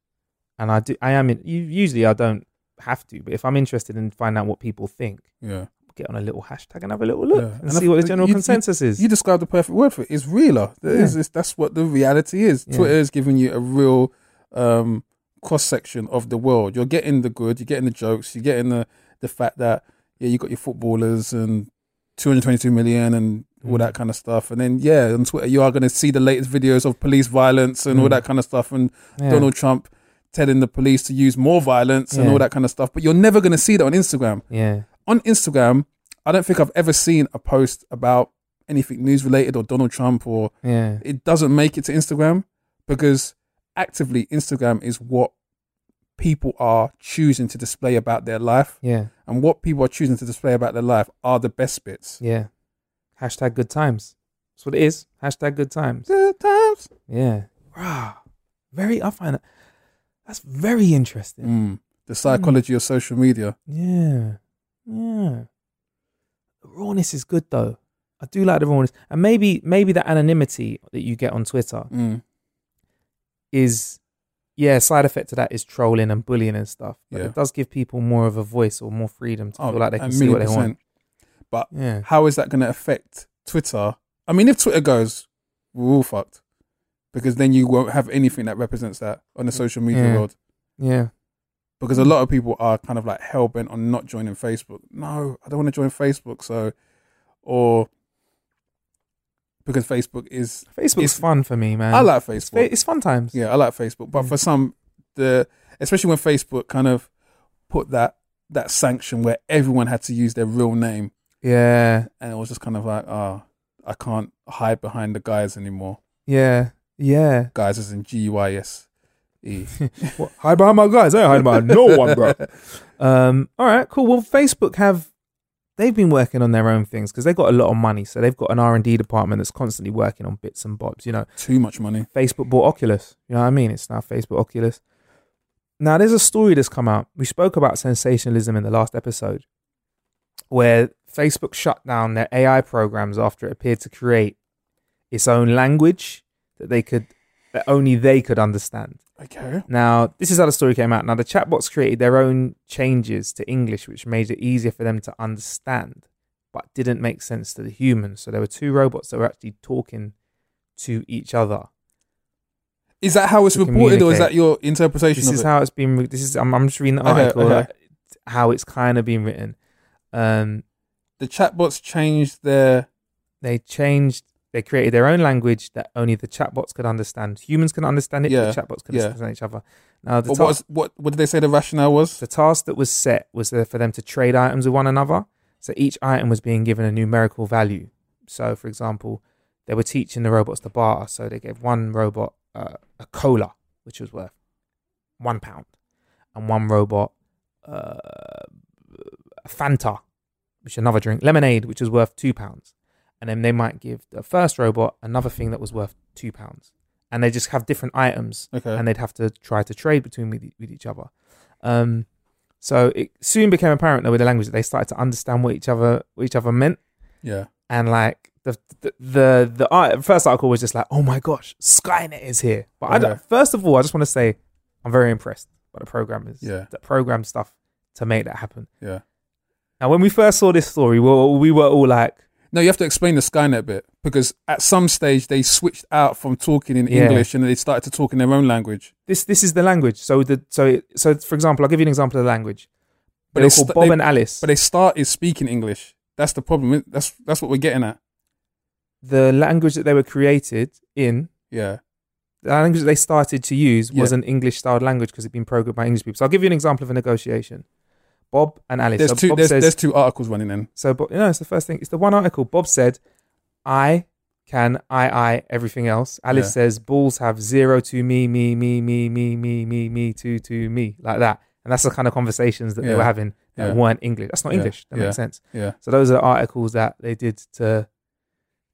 [SPEAKER 4] and I do, I am. In, u- usually, I don't have to, but if I'm interested in finding out what people think,
[SPEAKER 5] Yeah,
[SPEAKER 4] get on a little hashtag and have a little look
[SPEAKER 5] Yeah.
[SPEAKER 4] and,
[SPEAKER 5] And I
[SPEAKER 4] see what the
[SPEAKER 5] feel-
[SPEAKER 4] general
[SPEAKER 5] you- you-
[SPEAKER 4] consensus is.
[SPEAKER 5] you described the perfect word for it. It's realer. That
[SPEAKER 4] Yeah.
[SPEAKER 5] is- it's- that's what the reality is.
[SPEAKER 4] Yeah.
[SPEAKER 5] Twitter is giving you a real um, cross section of the world. You're getting the good. You're getting the jokes. You're getting the the fact that yeah, you got your footballers and 222 million and all
[SPEAKER 4] Mm.
[SPEAKER 5] that kind of stuff. And then yeah, on Twitter you are going to see the latest videos of police violence and all
[SPEAKER 4] Mm.
[SPEAKER 5] that kind of stuff and
[SPEAKER 4] Yeah.
[SPEAKER 5] Donald Trump telling the police to use more violence and
[SPEAKER 4] Yeah.
[SPEAKER 5] all that kind of stuff. But you're never going to see that on Instagram
[SPEAKER 4] yeah,
[SPEAKER 5] on Instagram, I don't think I've ever seen a post about anything news related or Donald Trump or
[SPEAKER 4] yeah,
[SPEAKER 5] it doesn't make it to Instagram because actively Instagram is what people are choosing to display about their life
[SPEAKER 4] yeah,
[SPEAKER 5] and what people are choosing to display about their life are the best bits.
[SPEAKER 4] yeah. Hashtag good times. That's what it is. Hashtag good times.
[SPEAKER 5] Good times.
[SPEAKER 4] Yeah. Rah. Very. I find that that's very interesting.
[SPEAKER 5] Mm. The psychology of social media.
[SPEAKER 4] Yeah. Yeah. The rawness is good though. I do like the rawness. And maybe maybe the anonymity that you get on Twitter
[SPEAKER 5] Mm.
[SPEAKER 4] is yeah, side effect to that is trolling and bullying and stuff. But
[SPEAKER 5] Yeah.
[SPEAKER 4] it does give people more of a voice or more freedom to
[SPEAKER 5] Oh,
[SPEAKER 4] feel like they
[SPEAKER 5] a
[SPEAKER 4] can see what
[SPEAKER 5] million
[SPEAKER 4] they want.
[SPEAKER 5] percent. But
[SPEAKER 4] Yeah.
[SPEAKER 5] how is that going to affect Twitter? I mean, if Twitter goes, we're all fucked because then you won't have anything that represents that on the social media
[SPEAKER 4] Yeah. Mm.
[SPEAKER 5] world.
[SPEAKER 4] Yeah.
[SPEAKER 5] Because a lot of people are kind of like hell bent on not joining Facebook. No, I don't want to join Facebook. So, or because Facebook is,
[SPEAKER 4] Facebook's
[SPEAKER 5] It's-
[SPEAKER 4] fun for me, man.
[SPEAKER 5] I like
[SPEAKER 4] it's, fa-
[SPEAKER 5] Facebook.
[SPEAKER 4] it's fun times.
[SPEAKER 5] Yeah, I like Facebook, but
[SPEAKER 4] Mm.
[SPEAKER 5] for some, the especially when Facebook kind of put that that sanction where everyone had to use their real name,
[SPEAKER 4] Yeah.
[SPEAKER 5] and it was just kind of like, ah, I can't hide behind the guys anymore.
[SPEAKER 4] Yeah. Yeah.
[SPEAKER 5] guys as in G U I S E.
[SPEAKER 4] What, hide behind my guys. I ain't hiding behind no one, bro. Um, all right, cool. Well, Facebook have they've been working on their own things because they've got a lot of money, so they've got an R and D department that's constantly working on bits and bobs. You know,
[SPEAKER 5] Too much money.
[SPEAKER 4] Facebook bought Oculus. You know what I mean? It's now Facebook Oculus. Now, there's a story that's come out. We spoke about sensationalism in the last episode, where Facebook shut down their AI programs after it appeared to create its own language that they could that only they could understand.
[SPEAKER 5] Okay.
[SPEAKER 4] Now, this is how the story came out. Now, the chatbots created their own changes to English, which made it easier for them to understand, but didn't make sense to the humans. So there were two robots that were actually talking to each other.
[SPEAKER 5] Is that how it's
[SPEAKER 4] To
[SPEAKER 5] reported, or
[SPEAKER 4] communicate.
[SPEAKER 5] is that your interpretation
[SPEAKER 4] This
[SPEAKER 5] of
[SPEAKER 4] is
[SPEAKER 5] it?
[SPEAKER 4] how it's been. This is I'm, I'm just reading the
[SPEAKER 5] Okay,
[SPEAKER 4] article,
[SPEAKER 5] okay.
[SPEAKER 4] like, how it's kind of been written. Um,
[SPEAKER 5] the chatbots changed their.
[SPEAKER 4] they changed. They created their own language that only the chatbots could understand. Humans can understand it,
[SPEAKER 5] Yeah,
[SPEAKER 4] but the chatbots can
[SPEAKER 5] yeah.
[SPEAKER 4] understand each other. Now, the
[SPEAKER 5] What,
[SPEAKER 4] ta-
[SPEAKER 5] was, what what did they say the rationale was?
[SPEAKER 4] The task that was set was there for them to trade items with one another. So each item was being given a numerical value. So, for example, they were teaching the robots to barter. So they gave one robot uh, a cola, which was worth one pound, and one robot uh, a Fanta, which is another drink, lemonade, which was worth two pounds. And then they might give the first robot another thing that was worth two pounds. And they just have different items,
[SPEAKER 5] Okay.
[SPEAKER 4] and they'd have to try to trade between with, e- with each other. Um, so it soon became apparent though with the language that they started to understand what each other what each other meant
[SPEAKER 5] yeah.
[SPEAKER 4] and like the the the, the art, first article was just like oh my gosh Skynet is here. But I
[SPEAKER 5] Yeah.
[SPEAKER 4] don't, first of all I just want to say I'm very impressed by the programmers
[SPEAKER 5] Yeah.
[SPEAKER 4] that program stuff to make that happen.
[SPEAKER 5] Yeah.
[SPEAKER 4] Now when we first saw this story we were, we were all like
[SPEAKER 5] No, you have to explain the Skynet bit because at some stage they switched out from talking in
[SPEAKER 4] Yeah.
[SPEAKER 5] English and they started to talk in their own language.
[SPEAKER 4] This this is the language. So the so so for example, I'll give you an example of the language.
[SPEAKER 5] But
[SPEAKER 4] But they're
[SPEAKER 5] they
[SPEAKER 4] called
[SPEAKER 5] st-
[SPEAKER 4] Bob
[SPEAKER 5] they-
[SPEAKER 4] and Alice.
[SPEAKER 5] But they started speaking English. That's the problem. isn't- That's that's what we're getting at.
[SPEAKER 4] the language that they were created in,
[SPEAKER 5] Yeah.
[SPEAKER 4] the language that they started to use was
[SPEAKER 5] Yeah.
[SPEAKER 4] an English styled language because it'd been programmed by English people. So I'll give you an example of a negotiation. Bob and Alice.
[SPEAKER 5] There's
[SPEAKER 4] so
[SPEAKER 5] two
[SPEAKER 4] Bob
[SPEAKER 5] there's,
[SPEAKER 4] says,
[SPEAKER 5] there's two articles running in.
[SPEAKER 4] So, Bob, no, it's the first thing. It's the one article. Bob said, "I can I I everything else." Alice
[SPEAKER 5] Yeah.
[SPEAKER 4] says, "Balls have zero to me me me me me me me me to to me like that." And that's the kind of conversations that they
[SPEAKER 5] Yeah.
[SPEAKER 4] were having that
[SPEAKER 5] Yeah.
[SPEAKER 4] weren't English. That's not
[SPEAKER 5] Yeah.
[SPEAKER 4] English. That
[SPEAKER 5] Yeah.
[SPEAKER 4] makes sense.
[SPEAKER 5] Yeah.
[SPEAKER 4] So those are articles that they did to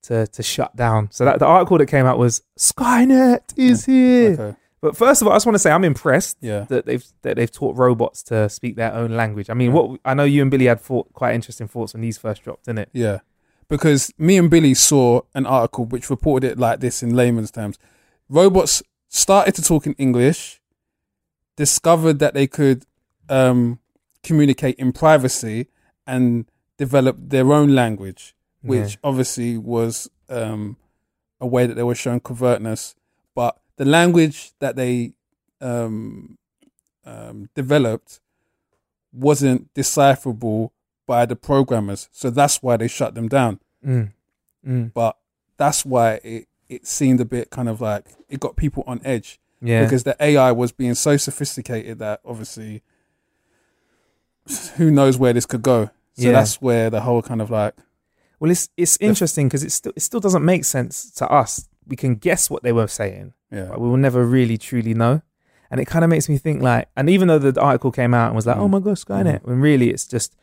[SPEAKER 4] to to shut down. So that the article that came out was Skynet is here.
[SPEAKER 5] Okay.
[SPEAKER 4] But first of all, I just want to say I'm impressed
[SPEAKER 5] Yeah.
[SPEAKER 4] that they've that they've taught robots to speak their own language. I mean, what I know you and Billy had thought, quite interesting thoughts when these first dropped, didn't it?
[SPEAKER 5] Yeah. Because me and Billy saw an article which reported it like this in layman's terms. Robots started to talk in English, discovered that they could um, communicate in privacy, and developed their own language, which
[SPEAKER 4] Yeah.
[SPEAKER 5] obviously was um, a way that they were showing covertness. But the language that they um, um, developed wasn't decipherable by the programmers. So that's why they shut them down.
[SPEAKER 4] Mm. Mm.
[SPEAKER 5] But that's why it, it seemed a bit kind of like it got people on edge
[SPEAKER 4] Yeah.
[SPEAKER 5] because the AI was being so sophisticated that obviously who knows where this could go. So
[SPEAKER 4] Yeah.
[SPEAKER 5] that's where the whole kind of like,
[SPEAKER 4] well, it's it's interesting because it still it still doesn't make sense to us. We can guess what they were saying,
[SPEAKER 5] yeah,
[SPEAKER 4] but we will never really truly know. And it kind of makes me think like, and even though the article came out and was like, "Oh my god, Skynet," when really it's just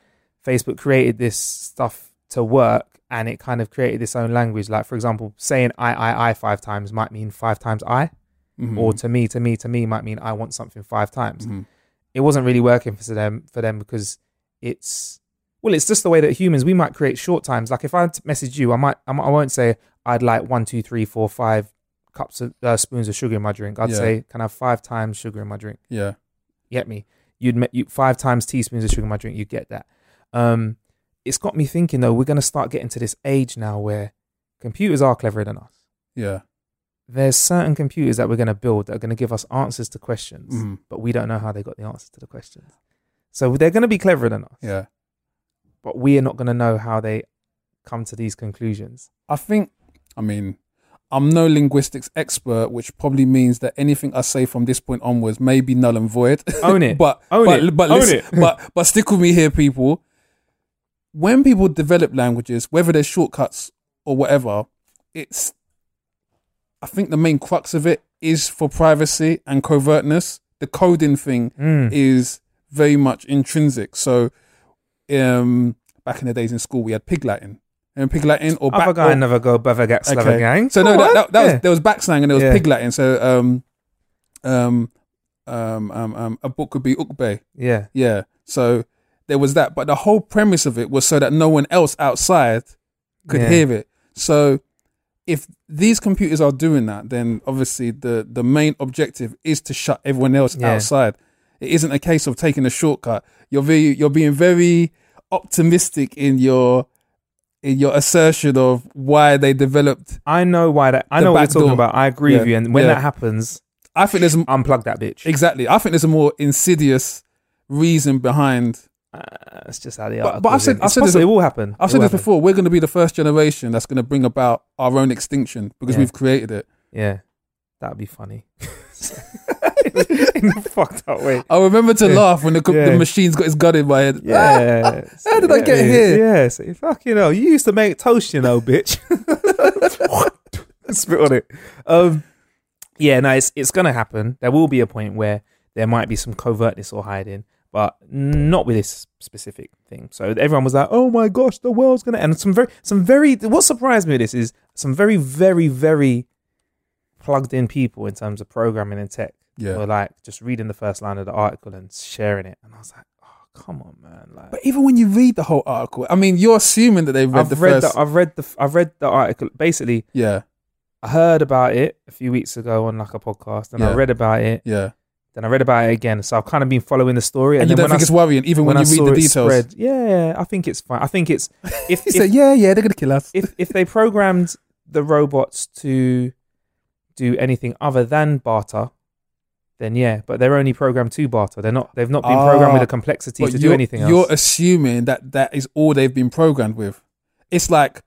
[SPEAKER 4] Facebook created this stuff to work, and it kind of created this own language. Like, for example, saying "I I I" five times might mean five times "I,"
[SPEAKER 5] Mhm.
[SPEAKER 4] or to me, to me, to me might mean I want something five times.
[SPEAKER 5] Mhm.
[SPEAKER 4] It wasn't really working for them for them because it's well, it's just the way that humans we might create short times. Like if I t- message you, I might I, might, I won't say I'd like one, two, three, four, five cups of uh, spoons of sugar in my drink. I'd
[SPEAKER 5] Yeah.
[SPEAKER 4] say can I have five times sugar in my drink?
[SPEAKER 5] yeah,
[SPEAKER 4] You get me? You'd me- you, five times teaspoons of sugar in my drink. You get that. Um, it's got me thinking though. We're gonna start getting to this age now where computers are cleverer than us
[SPEAKER 5] yeah,
[SPEAKER 4] there's certain computers that we're going to build that are going to give us answers to questions,
[SPEAKER 5] Mhm.
[SPEAKER 4] but we don't know how they got the answers to the questions. So they're going to be cleverer than us,
[SPEAKER 5] yeah.
[SPEAKER 4] but we are not going to know how they come to these conclusions.
[SPEAKER 5] I think, I mean, I'm no linguistics expert, which probably means that anything I say from this point onwards may be null and void.
[SPEAKER 4] Own it.
[SPEAKER 5] but
[SPEAKER 4] Own
[SPEAKER 5] but,
[SPEAKER 4] it.
[SPEAKER 5] But,
[SPEAKER 4] Own
[SPEAKER 5] listen,
[SPEAKER 4] it.
[SPEAKER 5] but but stick with me here, people. When people develop languages, whether they're shortcuts or whatever, it's. I think the main crux of it is for privacy and covertness. The coding thing
[SPEAKER 4] Mm.
[SPEAKER 5] is very much intrinsic. So, um, back in the days in school, we had pig Latin. And pig Latin or
[SPEAKER 4] Other
[SPEAKER 5] back-
[SPEAKER 4] guy
[SPEAKER 5] or-
[SPEAKER 4] never go bother get Slava gang.
[SPEAKER 5] so no,
[SPEAKER 4] Come
[SPEAKER 5] that,
[SPEAKER 4] on.
[SPEAKER 5] that, that
[SPEAKER 4] Yeah.
[SPEAKER 5] was there was back slang and there was
[SPEAKER 4] Yeah.
[SPEAKER 5] pig Latin. So um, um, um, um, um, a book could be ukbe.
[SPEAKER 4] yeah,
[SPEAKER 5] Yeah. So there was that, but the whole premise of it was so that no one else outside could
[SPEAKER 4] Yeah.
[SPEAKER 5] hear it. So if these computers are doing that, then obviously the the main objective is to shut everyone else
[SPEAKER 4] Yeah.
[SPEAKER 5] outside. It isn't a case of taking a shortcut. You're very, you're being very optimistic in your in your assertion of why they developed
[SPEAKER 4] I know why that. I
[SPEAKER 5] The
[SPEAKER 4] know what you're
[SPEAKER 5] back
[SPEAKER 4] talking
[SPEAKER 5] door.
[SPEAKER 4] about. I agree with
[SPEAKER 5] Yeah.
[SPEAKER 4] you. And when
[SPEAKER 5] Yeah.
[SPEAKER 4] that happens,
[SPEAKER 5] I think there's
[SPEAKER 4] unplug that bitch.
[SPEAKER 5] exactly. I think there's a more insidious reason behind.
[SPEAKER 4] Uh, it's just how the
[SPEAKER 5] But- but I said- I said there's a-
[SPEAKER 4] it will happen.
[SPEAKER 5] I've
[SPEAKER 4] It
[SPEAKER 5] said
[SPEAKER 4] will
[SPEAKER 5] this
[SPEAKER 4] happen.
[SPEAKER 5] before. We're going to be the first generation that's going to bring about our own extinction because
[SPEAKER 4] Yeah.
[SPEAKER 5] we've created it.
[SPEAKER 4] Yeah, that'd be funny. In a fucked up way.
[SPEAKER 5] I remember to
[SPEAKER 4] Yeah.
[SPEAKER 5] laugh when the, co-
[SPEAKER 4] Yeah.
[SPEAKER 5] the machine's got his gun in my head. Ah,
[SPEAKER 4] Yeah.
[SPEAKER 5] How did I get here?
[SPEAKER 4] Yeah. So fucking hell, you used to make toast, you know, bitch. Spit on it. Um, yeah, no, it's it's gonna happen. There will be a point where there might be some covertness or hiding, but not with this specific thing. So everyone was like, "Oh my gosh, the world's gonna." And some very, some very. What surprised me with this is some very, very, very plugged in people in terms of programming and tech
[SPEAKER 5] Yeah.
[SPEAKER 4] were like just reading the first line of the article and sharing it, and I was like, "Oh, come on, man!" Like,
[SPEAKER 5] But even when you read the whole article, I mean, you're assuming that they've read the
[SPEAKER 4] I've read
[SPEAKER 5] first.
[SPEAKER 4] the, I've read the, I've read the article. Basically,
[SPEAKER 5] yeah,
[SPEAKER 4] I heard about it a few weeks ago on like a podcast, and I
[SPEAKER 5] Yeah.
[SPEAKER 4] read about it.
[SPEAKER 5] yeah,
[SPEAKER 4] Then I read about it again, so I've kind of been following the story.
[SPEAKER 5] And,
[SPEAKER 4] And,
[SPEAKER 5] you
[SPEAKER 4] then
[SPEAKER 5] don't
[SPEAKER 4] when I
[SPEAKER 5] think
[SPEAKER 4] s-
[SPEAKER 5] it's worrying, even
[SPEAKER 4] when
[SPEAKER 5] when,
[SPEAKER 4] I
[SPEAKER 5] you
[SPEAKER 4] saw
[SPEAKER 5] read the
[SPEAKER 4] it
[SPEAKER 5] details.
[SPEAKER 4] spread, yeah, I think it's fine. I think it's if
[SPEAKER 5] He
[SPEAKER 4] if,
[SPEAKER 5] said, "Yeah, yeah, they're gonna kill us."
[SPEAKER 4] if if they programmed the robots to do anything other than barter, then yeah. But they're only programmed to barter. They're not. They've not been programmed with
[SPEAKER 5] Ah,
[SPEAKER 4] a complexity
[SPEAKER 5] But
[SPEAKER 4] to do
[SPEAKER 5] you're-
[SPEAKER 4] anything else.
[SPEAKER 5] You're assuming that that is all they've been programmed with. It's like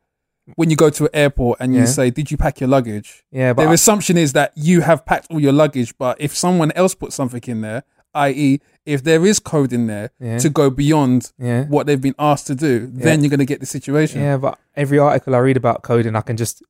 [SPEAKER 5] when you go to an airport and you
[SPEAKER 4] Yeah.
[SPEAKER 5] say, "Did you pack your luggage?"
[SPEAKER 4] yeah, but
[SPEAKER 5] Their
[SPEAKER 4] I-
[SPEAKER 5] assumption is that you have packed all your luggage, but if someone else put something in there, i.e., if there is code in there
[SPEAKER 4] Yeah.
[SPEAKER 5] to go beyond
[SPEAKER 4] yeah.
[SPEAKER 5] what they've been asked to do, then
[SPEAKER 4] Yeah.
[SPEAKER 5] you're going to get the situation.
[SPEAKER 4] Yeah, but every article I read about coding, I can just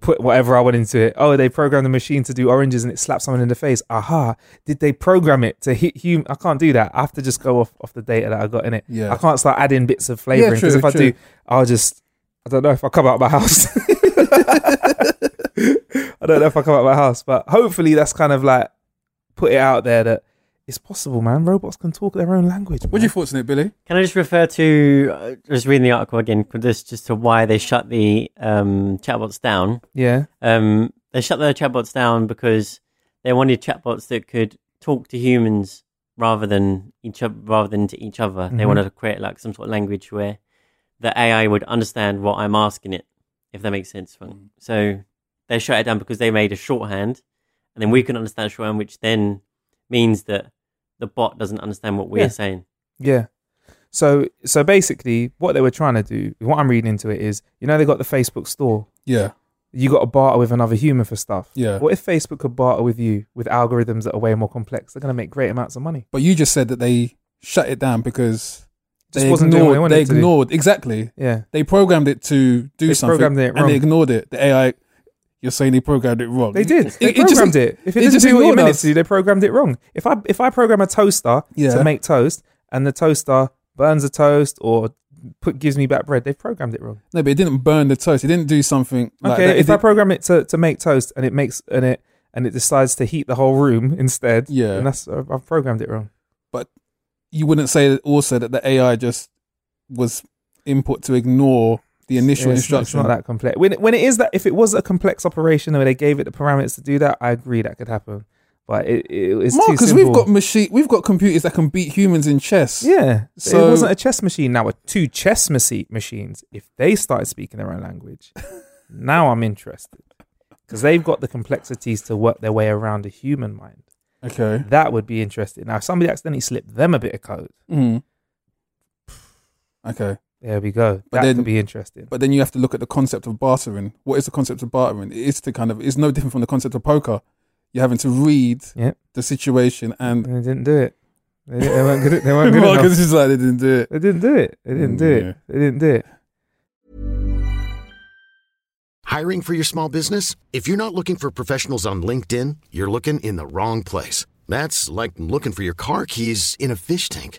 [SPEAKER 4] put whatever I want into it. Oh, they programmed the machine to do oranges and it slapped someone in the face. Aha! Did they program it to hit hum I can't do that. I have to just go off off the data that I got in it.
[SPEAKER 5] Yeah.
[SPEAKER 4] I can't start adding bits of flavoring because
[SPEAKER 5] true,
[SPEAKER 4] if I
[SPEAKER 5] true.
[SPEAKER 4] do, I'll just I don't know if I come out of my house. I don't know if I come out of my house, but hopefully that's kind of like put it out there that it's possible, man. Robots can talk their own language.
[SPEAKER 5] What are
[SPEAKER 4] man.
[SPEAKER 5] your thoughts on it, Billy?
[SPEAKER 3] Can I just refer to uh, just reading the article again? Could this just to why they shut the um, chatbots down?
[SPEAKER 4] yeah,
[SPEAKER 3] Um, they shut their chatbots down because they wanted chatbots that could talk to humans rather than each other, rather than to each other. They
[SPEAKER 4] Mhm.
[SPEAKER 3] wanted to create like some sort of language where the AI would understand what I'm asking it, if that makes sense. So they shut it down because they made a shorthand, and then we can understand shorthand, which then means that the bot doesn't understand what we're
[SPEAKER 4] Yeah.
[SPEAKER 3] saying.
[SPEAKER 4] Yeah. So so basically what they were trying to do, what I'm reading into it is, you know they got the Facebook store.
[SPEAKER 5] Yeah,
[SPEAKER 4] You got to barter with another human for stuff.
[SPEAKER 5] Yeah.
[SPEAKER 4] What if Facebook could barter with you with algorithms that are way more complex? They're gonna make great amounts of money.
[SPEAKER 5] but you just said that they shut it down because
[SPEAKER 4] Just
[SPEAKER 5] they
[SPEAKER 4] wasn't doing what
[SPEAKER 5] ignored.
[SPEAKER 4] they wanted
[SPEAKER 5] they
[SPEAKER 4] it to do.
[SPEAKER 5] ignored exactly.
[SPEAKER 4] Yeah.
[SPEAKER 5] They programmed it to do
[SPEAKER 4] They
[SPEAKER 5] something,
[SPEAKER 4] programmed it
[SPEAKER 5] and
[SPEAKER 4] wrong.
[SPEAKER 5] they ignored it. The AI, you're saying they programmed it wrong.
[SPEAKER 4] They did. They
[SPEAKER 5] Mm. It- it just-
[SPEAKER 4] programmed it. If it,
[SPEAKER 5] it
[SPEAKER 4] didn't
[SPEAKER 5] just
[SPEAKER 4] do what you
[SPEAKER 5] ignored
[SPEAKER 4] meant it
[SPEAKER 5] us.
[SPEAKER 4] to, do, they programmed it wrong. If I if I program a toaster
[SPEAKER 5] Yeah.
[SPEAKER 4] to make toast and the toaster burns the toast or put gives me back bread, they've programmed it wrong.
[SPEAKER 5] No, but it didn't burn the toast. It didn't do something. Like
[SPEAKER 4] okay,
[SPEAKER 5] that. It
[SPEAKER 4] if I
[SPEAKER 5] did-
[SPEAKER 4] program it to, to make toast and it makes and it and it decides to heat the whole room instead,
[SPEAKER 5] Yeah.
[SPEAKER 4] and that's I've I've programmed it wrong.
[SPEAKER 5] you wouldn't say that also that the AI just was input to ignore the initial
[SPEAKER 4] Yeah, it's not-
[SPEAKER 5] instruction.
[SPEAKER 4] It's not that complex. When it, when it is that, if it was a complex operation where they gave it the parameters to do that, I agree that could happen. But it, it it's
[SPEAKER 5] Mark,
[SPEAKER 4] too
[SPEAKER 5] because
[SPEAKER 4] simple.
[SPEAKER 5] we've got machine, we've got computers that can beat humans in chess.
[SPEAKER 4] yeah. So
[SPEAKER 5] So-
[SPEAKER 4] it wasn't a chess machine. Now, with two chess machi- machines, if they started speaking their own language, now I'm interested because they've got the complexities to work their way around a human mind.
[SPEAKER 5] Okay.
[SPEAKER 4] That would be interesting. Now, if somebody accidentally slipped them a bit of code.
[SPEAKER 5] Mm. Okay.
[SPEAKER 4] There we go.
[SPEAKER 5] But
[SPEAKER 4] that
[SPEAKER 5] then-
[SPEAKER 4] could be interesting.
[SPEAKER 5] But then you have to look at the concept of bartering. What is the concept of bartering? It is to kind of. It's no different from the concept of poker. You're having to read
[SPEAKER 4] Yep.
[SPEAKER 5] the situation and.
[SPEAKER 4] they didn't do it. They, didn't- they weren't good. They weren't good
[SPEAKER 5] Mark
[SPEAKER 4] enough.
[SPEAKER 5] is just like they didn't do it.
[SPEAKER 4] They didn't do it. They didn't do
[SPEAKER 5] Yeah.
[SPEAKER 4] it. They didn't do it.
[SPEAKER 6] Hiring for your small business? If you're not looking for professionals on LinkedIn, you're looking in the wrong place. That's like looking for your car keys in a fish tank.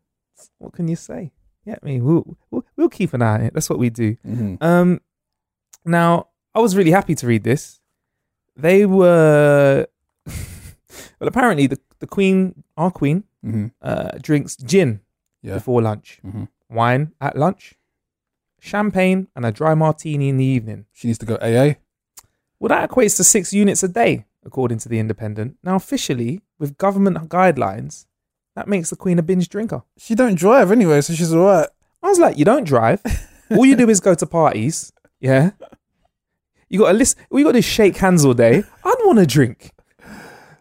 [SPEAKER 4] what can you say? Yeah, I mean, we'll, we'll, we'll keep an eye on it. That's what we do.
[SPEAKER 5] Mhm.
[SPEAKER 4] Um, now, I was really happy to read this. They were. well, apparently, the, the Queen, our Queen,
[SPEAKER 5] Mhm.
[SPEAKER 4] uh, drinks gin
[SPEAKER 5] Yeah.
[SPEAKER 4] before lunch,
[SPEAKER 5] Mhm.
[SPEAKER 4] wine at lunch, champagne, and a dry martini in the evening.
[SPEAKER 5] She needs to go AA.
[SPEAKER 4] Well, that equates to six units a day, according to The Independent. Now, officially, with government guidelines, that makes the Queen a binge drinker.
[SPEAKER 5] She don't drive anyway, so she's all right.
[SPEAKER 4] I was like, you don't drive. All you do is go to parties. Yeah. You got to list. We got to shake hands all day. I'd want to drink.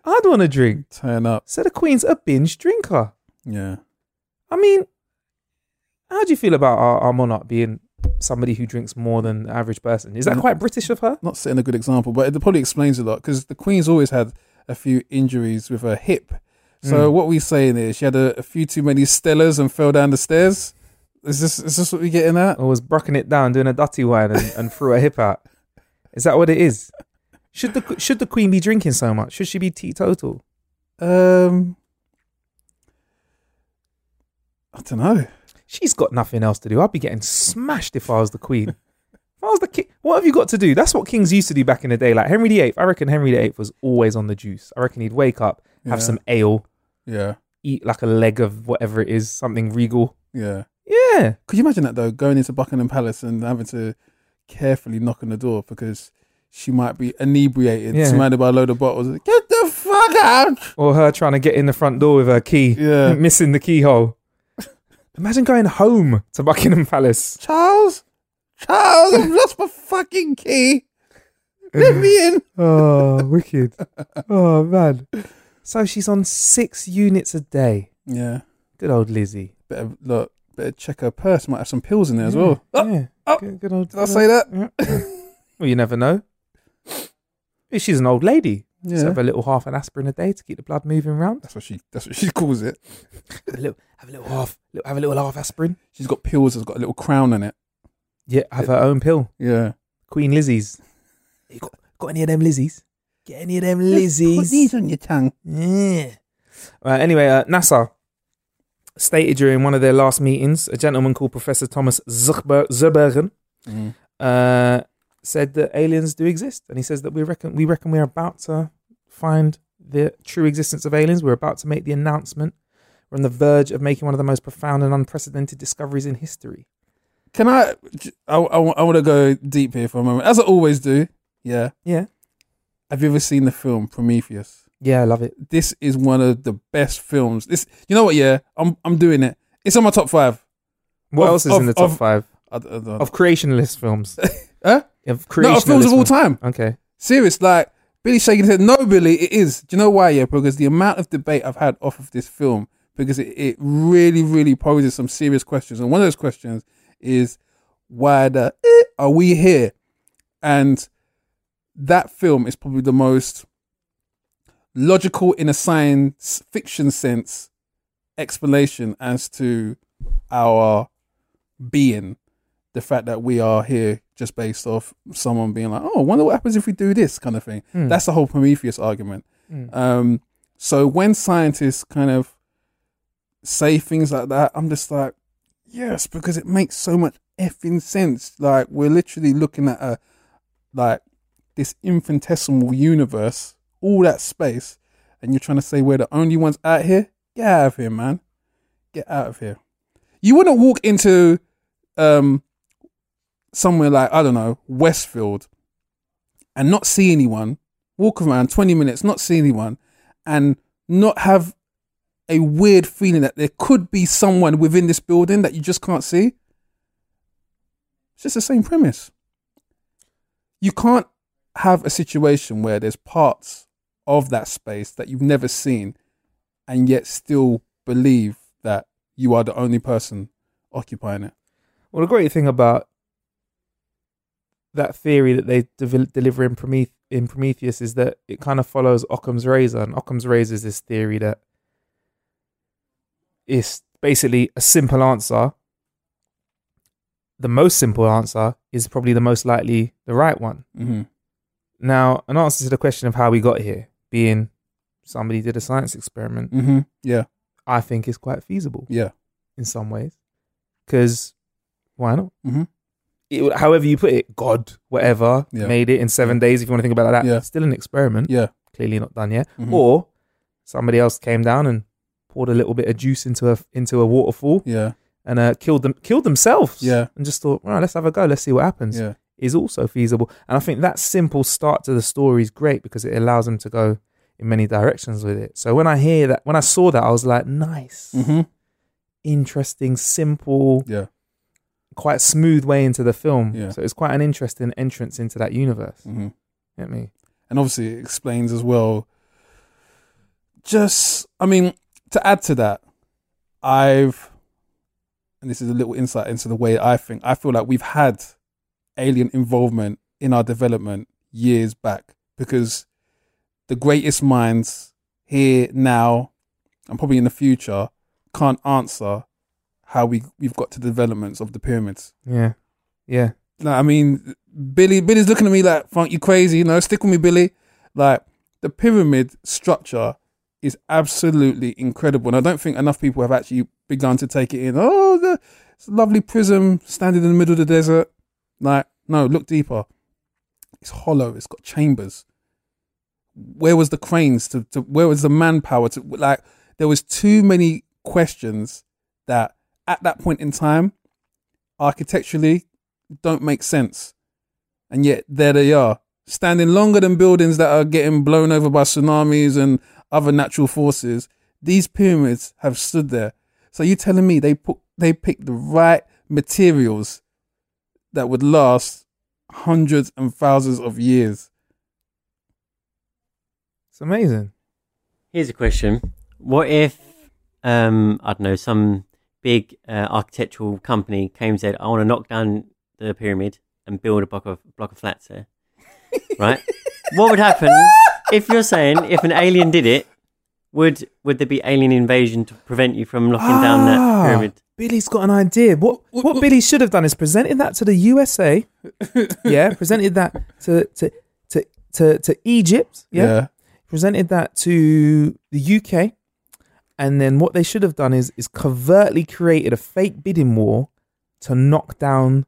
[SPEAKER 4] I'd want to drink.
[SPEAKER 5] Turn up.
[SPEAKER 4] So the Queen's a binge drinker.
[SPEAKER 5] Yeah.
[SPEAKER 4] I mean, how do you feel about our, our monarch being somebody who drinks more than the average person? Is that quite British of her?
[SPEAKER 5] Not setting a good example, but it probably explains a lot because the Queen's always had a few injuries with her hip.
[SPEAKER 4] Hmm.
[SPEAKER 5] So what we're saying is she had a, a few too many Stellas and fell down the stairs. Is this is this what we're getting at?
[SPEAKER 4] Or was brucking it down, doing a dutty wine and, and threw her hip out? Is that what it is? Should the should the Queen be drinking so much? Should she be teetotal?
[SPEAKER 5] Um, I don't know.
[SPEAKER 4] She's got nothing else to do. I'd be getting smashed if I was the queen. if I was the king, what have you got to do? That's what kings used to do back in the day. Like Henry VIII, I reckon Henry VIII was always on the juice. I reckon he'd wake up, have
[SPEAKER 5] Yeah.
[SPEAKER 4] some ale,
[SPEAKER 5] Yeah,
[SPEAKER 4] eat like a leg of whatever it is, something regal.
[SPEAKER 5] yeah.
[SPEAKER 4] Yeah,
[SPEAKER 5] Could you imagine that though? Going into Buckingham Palace and having to carefully knock on the door because she might be inebriated,
[SPEAKER 4] Yeah.
[SPEAKER 5] surrounded by a load of bottles. Get the fuck out!
[SPEAKER 4] or her trying to get in the front door with her key,
[SPEAKER 5] Yeah.
[SPEAKER 4] missing the keyhole. Imagine going home to Buckingham Palace.
[SPEAKER 5] Charles, Charles, I've lost my fucking key. Let me in.
[SPEAKER 4] Oh, wicked. Oh man. So she's on six units a day.
[SPEAKER 5] Yeah,
[SPEAKER 4] Good old Lizzie.
[SPEAKER 5] better look. Better check her purse. Might have some pills in there as well.
[SPEAKER 4] yeah.
[SPEAKER 5] oh,
[SPEAKER 4] good, good old,
[SPEAKER 5] Did I say that?
[SPEAKER 4] Well, you never know. She's an old lady. Yeah.
[SPEAKER 5] Yeah.
[SPEAKER 4] have a little half an aspirin a day to keep the blood moving round.
[SPEAKER 5] That's what she. That's what she calls it.
[SPEAKER 4] Have a little, have a little half, little- have a little half aspirin.
[SPEAKER 5] She's got pills. That's got a little crown on it.
[SPEAKER 4] Yeah, have her own pill.
[SPEAKER 5] Yeah.
[SPEAKER 4] Queen Lizzie's. You got, got any of them Lizzies? Get any of them Lizzies?
[SPEAKER 5] on your tongue.
[SPEAKER 4] Yeah. Uh, anyway, uh, NASA stated during one of their last meetings, a gentleman called Professor Thomas Zuber- Zurbergen
[SPEAKER 5] Mm.
[SPEAKER 4] uh, said that aliens do exist, and he says that we reckon we reckon we're about to find the true existence of aliens. We're about to make the announcement. We're on the verge of making one of the most profound and unprecedented discoveries in history.
[SPEAKER 5] Can I? I, want to go deep here for a moment, as I always do. Yeah.
[SPEAKER 4] Yeah.
[SPEAKER 5] Have you ever seen the film Prometheus?
[SPEAKER 4] Yeah, I love it.
[SPEAKER 5] This is one of the best films. This, you know what? Yeah, I'm I'm doing it. It's on my top five.
[SPEAKER 4] What
[SPEAKER 5] Of-
[SPEAKER 4] else is
[SPEAKER 5] of-
[SPEAKER 4] in the top
[SPEAKER 5] of-
[SPEAKER 4] five
[SPEAKER 5] I, I, I,
[SPEAKER 4] of creationalist films?
[SPEAKER 5] huh?
[SPEAKER 4] Of
[SPEAKER 5] No, of films of all
[SPEAKER 4] films.
[SPEAKER 5] time.
[SPEAKER 4] Okay.
[SPEAKER 5] Serious, like Billy shaking his head. No, Billy, it is. Do you know why? Yeah, because the amount of debate I've had off of this film because it, it really, really poses some serious questions. And one of those questions is why the eh, are we here? And that film is probably the most logical in a science fiction sense explanation as to our being the fact that we are here just based off someone being like, "Oh, I wonder what happens if we do this kind of thing." That's the whole Prometheus argument. Um, so when scientists kind of say things like that, I'm just like, "Yes," because it makes so much effing sense. Like we're literally looking at a like this infinitesimal universe, all that space, and you're trying to say we're the only ones out here. Get out of here, man. Get out of here. You wouldn't walk into um somewhere like I don't know Westfield and not see anyone, walk around twenty minutes, not see anyone, and not have a weird feeling that there could be someone within this building that you just can't see. It's just the same premise. You can't have a situation where there's parts of that space that you've never seen and yet still believe that you are the only person occupying it.
[SPEAKER 4] Well, the great thing about that theory that they de- deliver in, Promethe- in Prometheus is that it kind of follows Occam's razor, and Occam's razor is this theory that is basically a simple answer. The most simple answer is probably the most likely the right one.
[SPEAKER 5] Mm-hmm.
[SPEAKER 4] Now, an answer to the question of how we got here being somebody did a science experiment,
[SPEAKER 5] Mm-hmm. Yeah.
[SPEAKER 4] I think is quite feasible
[SPEAKER 5] Yeah.
[SPEAKER 4] in some ways because why not?
[SPEAKER 5] Mhm.
[SPEAKER 4] It- however you put it, God, whatever,
[SPEAKER 5] Yeah.
[SPEAKER 4] made it in seven days. If you want to think about it like that,
[SPEAKER 5] Yeah.
[SPEAKER 4] still an experiment,
[SPEAKER 5] Yeah.
[SPEAKER 4] clearly not done yet.
[SPEAKER 5] Mhm.
[SPEAKER 4] Or somebody else came down and poured a little bit of juice into a into a waterfall
[SPEAKER 5] Yeah.
[SPEAKER 4] and uh, killed them killed themselves.
[SPEAKER 5] Yeah.
[SPEAKER 4] and just thought, right, let's have a go. Let's see what happens.
[SPEAKER 5] Yeah.
[SPEAKER 4] Is also feasible, and I think that simple start to the story is great because it allows them to go in many directions with it. So when I hear that, when I saw that, I was like, nice,
[SPEAKER 5] Mm-hmm.
[SPEAKER 4] interesting, simple,
[SPEAKER 5] Yeah.
[SPEAKER 4] quite smooth way into the film.
[SPEAKER 5] Yeah.
[SPEAKER 4] So it's quite an interesting entrance into that universe.
[SPEAKER 5] Mm-hmm.
[SPEAKER 4] Get me?
[SPEAKER 5] and obviously it explains as well. Just, I mean, to add to that, I've, and this is a little insight into the way I think. I feel like we've had alien involvement in our development years back because the greatest minds here now and probably in the future can't answer how we we've got to the developments of the pyramids.
[SPEAKER 4] Yeah, yeah,
[SPEAKER 5] Like, I mean, Billy, Billy's looking at me like, "Funk, you crazy?" You know, stick with me, Billy. Like the pyramid structure is absolutely incredible, and I don't think enough people have actually begun to take it in. Oh, the it's a lovely prism standing in the middle of the desert. Like, no, look deeper. It's hollow. It's got chambers. Where was the cranes? To, to where was the manpower? To like, there was too many questions that at that point in time, architecturally, don't make sense. And yet there they are, standing longer than buildings that are getting blown over by tsunamis and other natural forces. These pyramids have stood there. So you telling me they put they picked the right materials that would last hundreds and thousands of years.
[SPEAKER 4] it's amazing.
[SPEAKER 3] Here's a question: What if, um, I don't know, some big uh, architectural company came and said, "I want to knock down the pyramid and build a block of block of flats there," right? what would happen if you're saying if an alien did it? Would would there be alien invasion to prevent you from knocking down that
[SPEAKER 4] Ah,
[SPEAKER 3] pyramid?
[SPEAKER 4] Billy's got an idea. What what, Billy should have done is presented that to the USA. yeah, presented that to to to to, to Egypt. Yeah? presented that to the UK, and then what they should have done is is covertly created a fake bidding war to knock down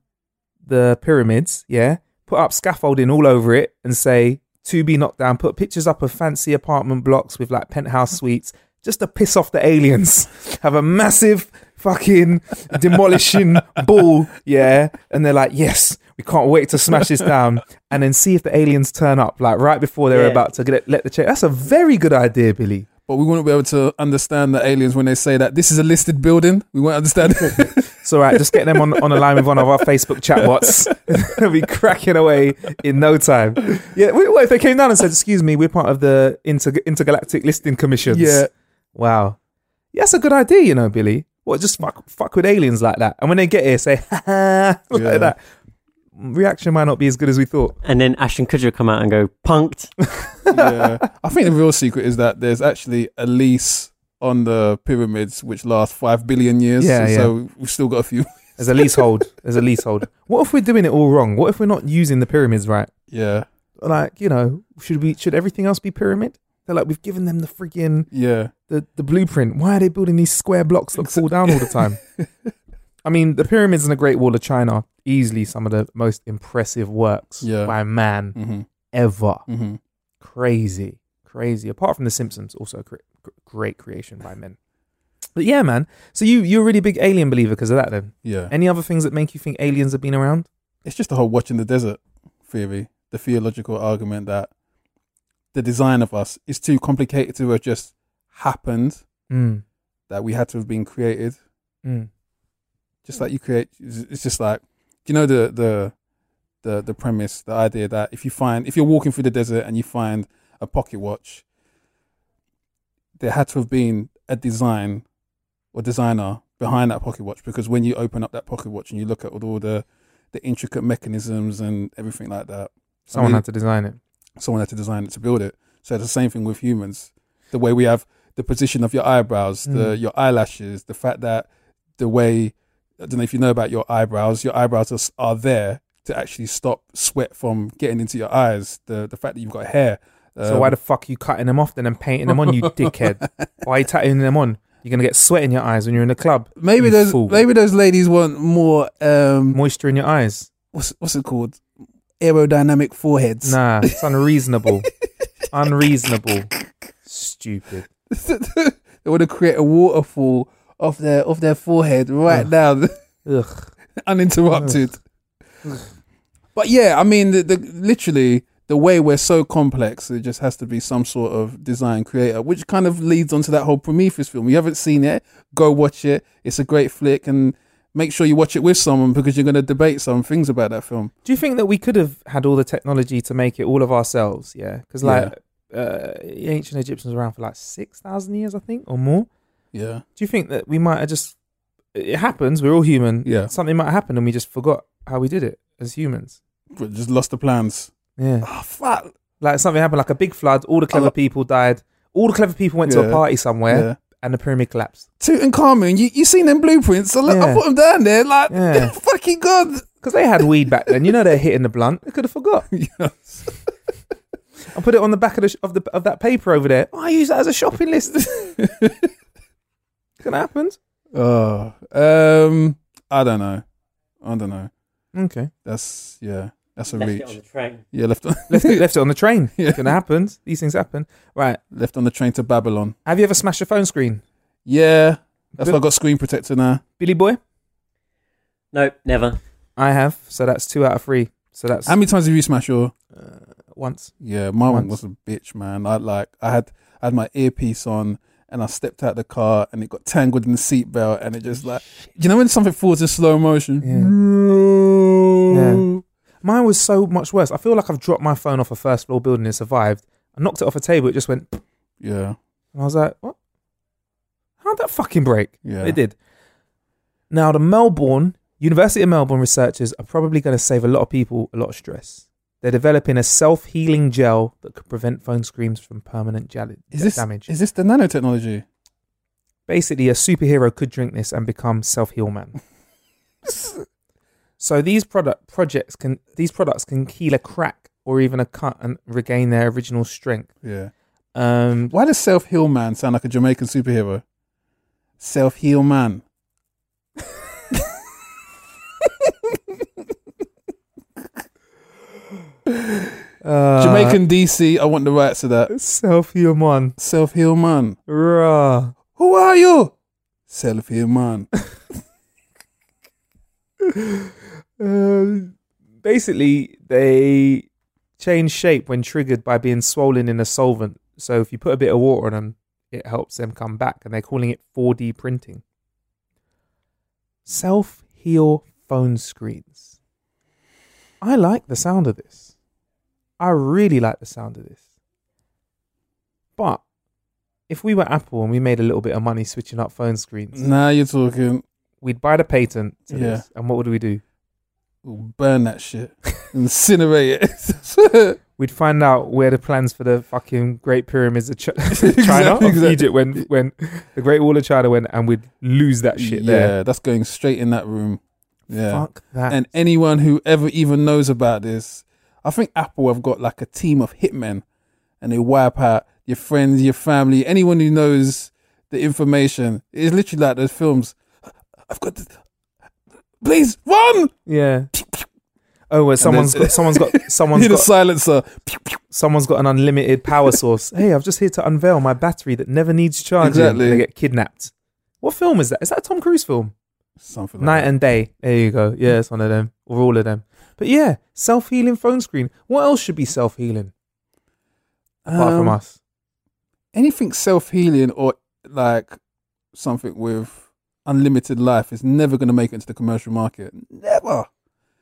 [SPEAKER 4] the pyramids. Yeah, put up scaffolding all over it and say to be knocked down. Put pictures up of fancy apartment blocks with like penthouse suites just to piss off the aliens. Have a massive fucking demolition ball, yeah. And they're like, yes, we can't wait to smash this down. And then see if the aliens turn up, like right before they're
[SPEAKER 3] Yeah.
[SPEAKER 4] about to get, let the check. That's a very good idea, Billy.
[SPEAKER 5] But we wouldn't be able to understand the aliens when they say that this is a listed building. We won't understand.
[SPEAKER 4] It's all right. Just get them on, on a line with one of our Facebook chatbots. They'll be cracking away in no time. Yeah. What what if they came down and said, excuse me, we're part of the inter- intergalactic listing commissions?
[SPEAKER 5] yeah.
[SPEAKER 4] Wow. Yeah, that's a good idea, you know, Billy. What, just fuck, fuck with aliens like that? And when they get here, say, ha ha, like
[SPEAKER 5] Yeah.
[SPEAKER 4] that. Reaction might not be as good as we thought.
[SPEAKER 3] And then Ashton Kutcher would come out and go punked.
[SPEAKER 5] yeah. I think the real secret is that there's actually a lease on the pyramids which lasts five billion years.
[SPEAKER 4] Yeah, yeah.
[SPEAKER 5] So we've still got a few.
[SPEAKER 4] There's a leasehold. There's a leasehold. What if we're doing it all wrong? What if we're not using the pyramids right?
[SPEAKER 5] Yeah.
[SPEAKER 4] Like, you know, should we? Should everything else be pyramid? They're like, we've given them the freaking
[SPEAKER 5] Yeah.
[SPEAKER 4] the, the blueprint. Why are they building these square blocks that fall down all the time? I mean, the pyramids and the Great Wall of China are easily some of the most impressive works
[SPEAKER 5] Yeah.
[SPEAKER 4] by man
[SPEAKER 5] hmm
[SPEAKER 4] ever.
[SPEAKER 5] hmm
[SPEAKER 4] crazy, crazy. Apart from The Simpsons, also a cre- gr- great creation by men. But yeah, man. So you you're a really big alien believer because of that. Then
[SPEAKER 5] Yeah.
[SPEAKER 4] any other things that make you think aliens have been around?
[SPEAKER 5] It's just the whole watching the desert theory, the theological argument that the design of us is too complicated to have just happened,
[SPEAKER 4] Mm.
[SPEAKER 5] that we had to have been created.
[SPEAKER 4] Mm.
[SPEAKER 5] just like you create it's just like do you know the the the the premise the idea that if you find if you're walking through the desert and you find a pocket watch there had to have been a design or designer behind that pocket watch because when you open up that pocket watch and you look at all the the intricate mechanisms and everything like that
[SPEAKER 4] Someone
[SPEAKER 5] mean-
[SPEAKER 4] had to design it.
[SPEAKER 5] someone had to design it to build it. So it's the same thing with humans. The way we have the position of your eyebrows, the
[SPEAKER 4] Mm.
[SPEAKER 5] your eyelashes, the fact that the way I don't know if you know about your eyebrows, your eyebrows are, s- are there to actually stop sweat from getting into your eyes. The the fact that you've got hair.
[SPEAKER 4] So
[SPEAKER 5] Um,
[SPEAKER 4] why the fuck are you cutting them off then and painting them on, you dickhead? Why are you tattooing them on? You're gonna get sweat in your eyes when you're in the club.
[SPEAKER 5] maybe
[SPEAKER 4] you
[SPEAKER 5] those
[SPEAKER 4] fool.
[SPEAKER 5] maybe those ladies want more um
[SPEAKER 4] moisture in your eyes.
[SPEAKER 5] what's what's it called aerodynamic foreheads.
[SPEAKER 4] Nah, it's unreasonable. unreasonable. Stupid.
[SPEAKER 5] they want to create a waterfall off their off their forehead right now,
[SPEAKER 4] Ugh.
[SPEAKER 5] uninterrupted. but yeah, I mean, the, the literally the way we're so complex, it just has to be some sort of design creator, which kind of leads onto that whole Prometheus film. You haven't seen it? Go watch it. It's a great flick, and make sure you watch it with someone because you're going to debate some things about that film.
[SPEAKER 4] Do you think that we could have had all the technology to make it all of ourselves? Yeah, because like uh, ancient Egyptians were around for like six thousand years, I think, or more.
[SPEAKER 5] Yeah,
[SPEAKER 4] Do you think that we might have just? It happens. We're all human.
[SPEAKER 5] Yeah.
[SPEAKER 4] something might happen, and we just forgot how we did it as humans.
[SPEAKER 5] but just lost the plans.
[SPEAKER 4] Yeah,
[SPEAKER 5] Oh, fuck.
[SPEAKER 4] like something happened, like a big flood. All the clever
[SPEAKER 5] Oh.
[SPEAKER 4] people died. All the clever people went to
[SPEAKER 5] Yeah.
[SPEAKER 4] a party somewhere,
[SPEAKER 5] Yeah.
[SPEAKER 4] and the pyramid collapsed.
[SPEAKER 5] Tutankhamun, you, you seen them blueprints? I, look, I
[SPEAKER 4] Yeah.
[SPEAKER 5] put them down there, like
[SPEAKER 4] Yeah.
[SPEAKER 5] fucking god.
[SPEAKER 4] Because they had weed back then. You know they're hitting the blunt. They could have forgot.
[SPEAKER 5] Yes.
[SPEAKER 4] I put it on the back of the, sh- of the of that paper over there. Oh, I use that as a shopping list. Can happen.
[SPEAKER 5] Oh, um, I don't know. I don't know.
[SPEAKER 4] Okay.
[SPEAKER 5] That's yeah. That's a
[SPEAKER 3] Left it on
[SPEAKER 5] reach.
[SPEAKER 3] the train.
[SPEAKER 5] Yeah, left on
[SPEAKER 4] left it, left it on the train.
[SPEAKER 5] Yeah.
[SPEAKER 4] It's gonna happen. These things happen. Right.
[SPEAKER 5] left on the train to Babylon.
[SPEAKER 4] Have you ever smashed a phone screen,
[SPEAKER 5] Yeah, that's why I
[SPEAKER 4] Bill-
[SPEAKER 5] got screen protector now.
[SPEAKER 4] Billy Boy?
[SPEAKER 3] Nope, never.
[SPEAKER 4] I have. So that's two out of three. So that's
[SPEAKER 5] How many times have you smashed your?
[SPEAKER 4] once.
[SPEAKER 5] Yeah, my one
[SPEAKER 4] Once.
[SPEAKER 5] was a bitch, man. I like I had I had my earpiece on and I stepped out the car and it got tangled in the seatbelt and it just like you know when something falls in slow motion.
[SPEAKER 4] Yeah. Mine was so much worse. I feel like I've dropped my phone off a first floor building and survived. I knocked it off a table. It just went, and
[SPEAKER 5] Yeah.
[SPEAKER 4] I was like, what? How'd that fucking break?
[SPEAKER 5] Yeah.
[SPEAKER 4] It did. Now the Melbourne University of Melbourne researchers are probably going to save a lot of people a lot of stress. They're developing a self-healing gel that could prevent phone screens from permanent jal-
[SPEAKER 5] Is this
[SPEAKER 4] damage.
[SPEAKER 5] is this the nanotechnology?
[SPEAKER 4] basically a superhero could drink this and become self-heal man so these product projects can these products can heal a crack or even a cut and regain their original strength
[SPEAKER 5] Yeah.
[SPEAKER 4] um
[SPEAKER 5] Why does self heal man sound like a Jamaican superhero? Self heal man.
[SPEAKER 4] uh,
[SPEAKER 5] Jamaican DC, I want the rights to that.
[SPEAKER 4] self-heal man
[SPEAKER 5] Self heal man.
[SPEAKER 4] Rah.
[SPEAKER 5] Who are you? Self heal man.
[SPEAKER 4] Um, basically they change shape when triggered by being swollen in a solvent so if you put a bit of water on them it helps them come back and they're calling it 4d printing self heal phone screens i like the sound of this i really like the sound of this but if we were apple and we made a little bit of money switching up phone screens
[SPEAKER 5] now you're talking.
[SPEAKER 4] we'd buy the patent to
[SPEAKER 5] Yeah.
[SPEAKER 4] this, and what would we do
[SPEAKER 5] We'll burn that shit. Incinerate it.
[SPEAKER 4] we'd find out where the plans for the fucking Great Pyramids of Ch- China
[SPEAKER 5] Exactly,
[SPEAKER 4] or
[SPEAKER 5] exactly.
[SPEAKER 4] Egypt went, when the Great Wall of China went, and we'd lose that shit
[SPEAKER 5] yeah,
[SPEAKER 4] there.
[SPEAKER 5] that's going straight in that room. Yeah.
[SPEAKER 4] Fuck that.
[SPEAKER 5] and anyone who ever even knows about this, I think Apple have got like a team of hitmen, and they wipe out your friends, your family, anyone who knows the information. It's literally like those films. I've got this. Please run!
[SPEAKER 4] yeah. Oh, well, someone's
[SPEAKER 5] then-
[SPEAKER 4] got someone's got someone's
[SPEAKER 5] Hear the
[SPEAKER 4] got
[SPEAKER 5] silencer.
[SPEAKER 4] someone's got an unlimited power source. hey, I'm just here to unveil my battery that never needs charging.
[SPEAKER 5] Exactly.
[SPEAKER 4] And they get kidnapped. What film is that? Is that a Tom Cruise film?
[SPEAKER 5] Something like
[SPEAKER 4] Night
[SPEAKER 5] that.
[SPEAKER 4] and Day. There you go. Yeah, it's one of them or all of them. But yeah, self healing phone screen. What else should be self healing apart from
[SPEAKER 5] Um,
[SPEAKER 4] us?
[SPEAKER 5] anything self healing or like something with unlimited life is never going to make it into the commercial market. Never.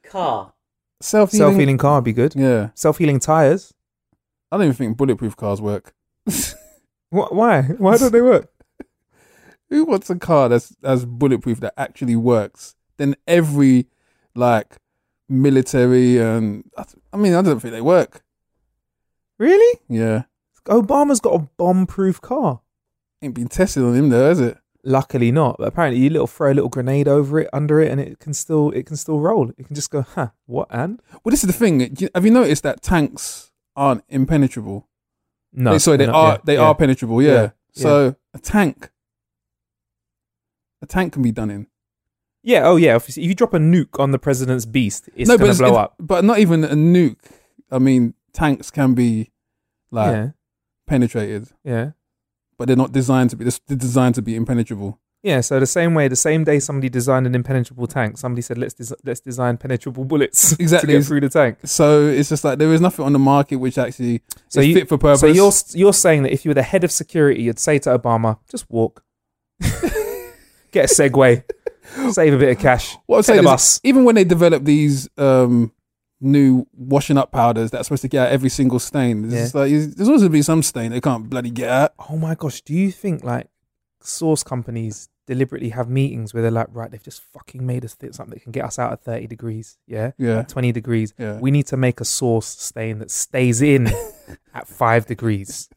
[SPEAKER 3] Car.
[SPEAKER 5] Self
[SPEAKER 4] Self
[SPEAKER 5] healing.
[SPEAKER 4] healing car would be good.
[SPEAKER 5] Yeah.
[SPEAKER 4] self healing tires.
[SPEAKER 5] I don't even think bulletproof cars work.
[SPEAKER 4] Wh- why? Why don't they work?
[SPEAKER 5] Who wants a car that's that's bulletproof that actually works? Then every like military and I th- I mean I don't think they work.
[SPEAKER 4] really?
[SPEAKER 5] Yeah,
[SPEAKER 4] Obama's got a bomb-proof car.
[SPEAKER 5] ain't been tested on him though, has it?
[SPEAKER 4] Luckily not. But apparently, you little throw a little grenade over it, under it, and it can still it can still roll. It can just go, huh? What and?
[SPEAKER 5] Well, this is the thing. Do you- Have you noticed that tanks aren't impenetrable?
[SPEAKER 4] No.
[SPEAKER 5] They- sorry, they
[SPEAKER 4] no,
[SPEAKER 5] are
[SPEAKER 4] yeah,
[SPEAKER 5] they
[SPEAKER 4] yeah.
[SPEAKER 5] are penetrable. Yeah.
[SPEAKER 4] Yeah,
[SPEAKER 5] So a tank, a tank can be done in.
[SPEAKER 4] Yeah. Oh yeah. Obviously, if you drop a nuke on the president's beast, it's gonna
[SPEAKER 5] it's-
[SPEAKER 4] blow
[SPEAKER 5] it's-
[SPEAKER 4] up.
[SPEAKER 5] But not even a nuke. I mean, tanks can be like
[SPEAKER 4] yeah.
[SPEAKER 5] penetrated,
[SPEAKER 4] Yeah.
[SPEAKER 5] but they're not designed to be. They're s- they're designed to be impenetrable.
[SPEAKER 4] Yeah, so the same way, the same day somebody designed an impenetrable tank, somebody said, "Let's des- let's design penetrable bullets
[SPEAKER 5] Exactly.
[SPEAKER 4] to get through the tank."
[SPEAKER 5] So it's just like there is nothing on the market which actually
[SPEAKER 4] So
[SPEAKER 5] is
[SPEAKER 4] you-
[SPEAKER 5] fit for purpose.
[SPEAKER 4] So you're s- you're saying that if you were the head of security, you'd say to Obama, "Just walk, get a Segway, save a bit of cash,
[SPEAKER 5] what I'm
[SPEAKER 4] take
[SPEAKER 5] saying
[SPEAKER 4] the
[SPEAKER 5] is,
[SPEAKER 4] bus."
[SPEAKER 5] even when they develop these um, new washing up powders that's supposed to get out every single stain, it's
[SPEAKER 4] Yeah.
[SPEAKER 5] just like there's always gonna be some stain they can't bloody get out.
[SPEAKER 4] Oh my gosh, do you think like source companies deliberately have meetings where they're like, "Right, they've just fucking made us th- something that can get us out at thirty degrees, yeah,
[SPEAKER 5] Yeah.
[SPEAKER 4] At twenty degrees.
[SPEAKER 5] Yeah.
[SPEAKER 4] We need to make a source stain that stays in at five degrees.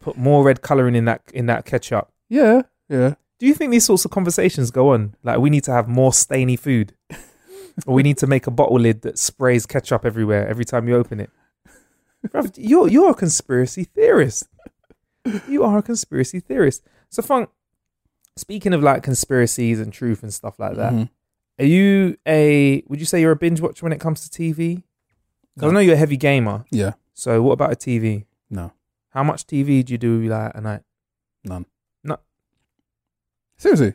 [SPEAKER 4] Put more red coloring in that in that ketchup."
[SPEAKER 5] Yeah, yeah.
[SPEAKER 4] Do you think these sorts of conversations go on? Like we need to have more stainy food, or we need to make a bottle lid that sprays ketchup everywhere every time you open it. Bruv, you're you're a conspiracy theorist. You are a conspiracy theorist. So, Funk, speaking of like conspiracies and truth and stuff like that,
[SPEAKER 5] Mhm.
[SPEAKER 4] are you a? Would you say you're a binge watcher when it comes to TV? 'Cause I know you're a heavy gamer.
[SPEAKER 5] Yeah,
[SPEAKER 4] So, what about a TV?
[SPEAKER 5] no,
[SPEAKER 4] How much TV do you do like a night?
[SPEAKER 5] none.
[SPEAKER 4] No.
[SPEAKER 5] Seriously.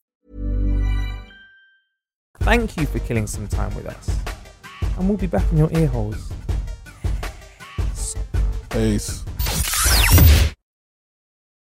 [SPEAKER 4] Thank you for killing some time with us. And we'll be back in your ear holes.
[SPEAKER 5] Peace.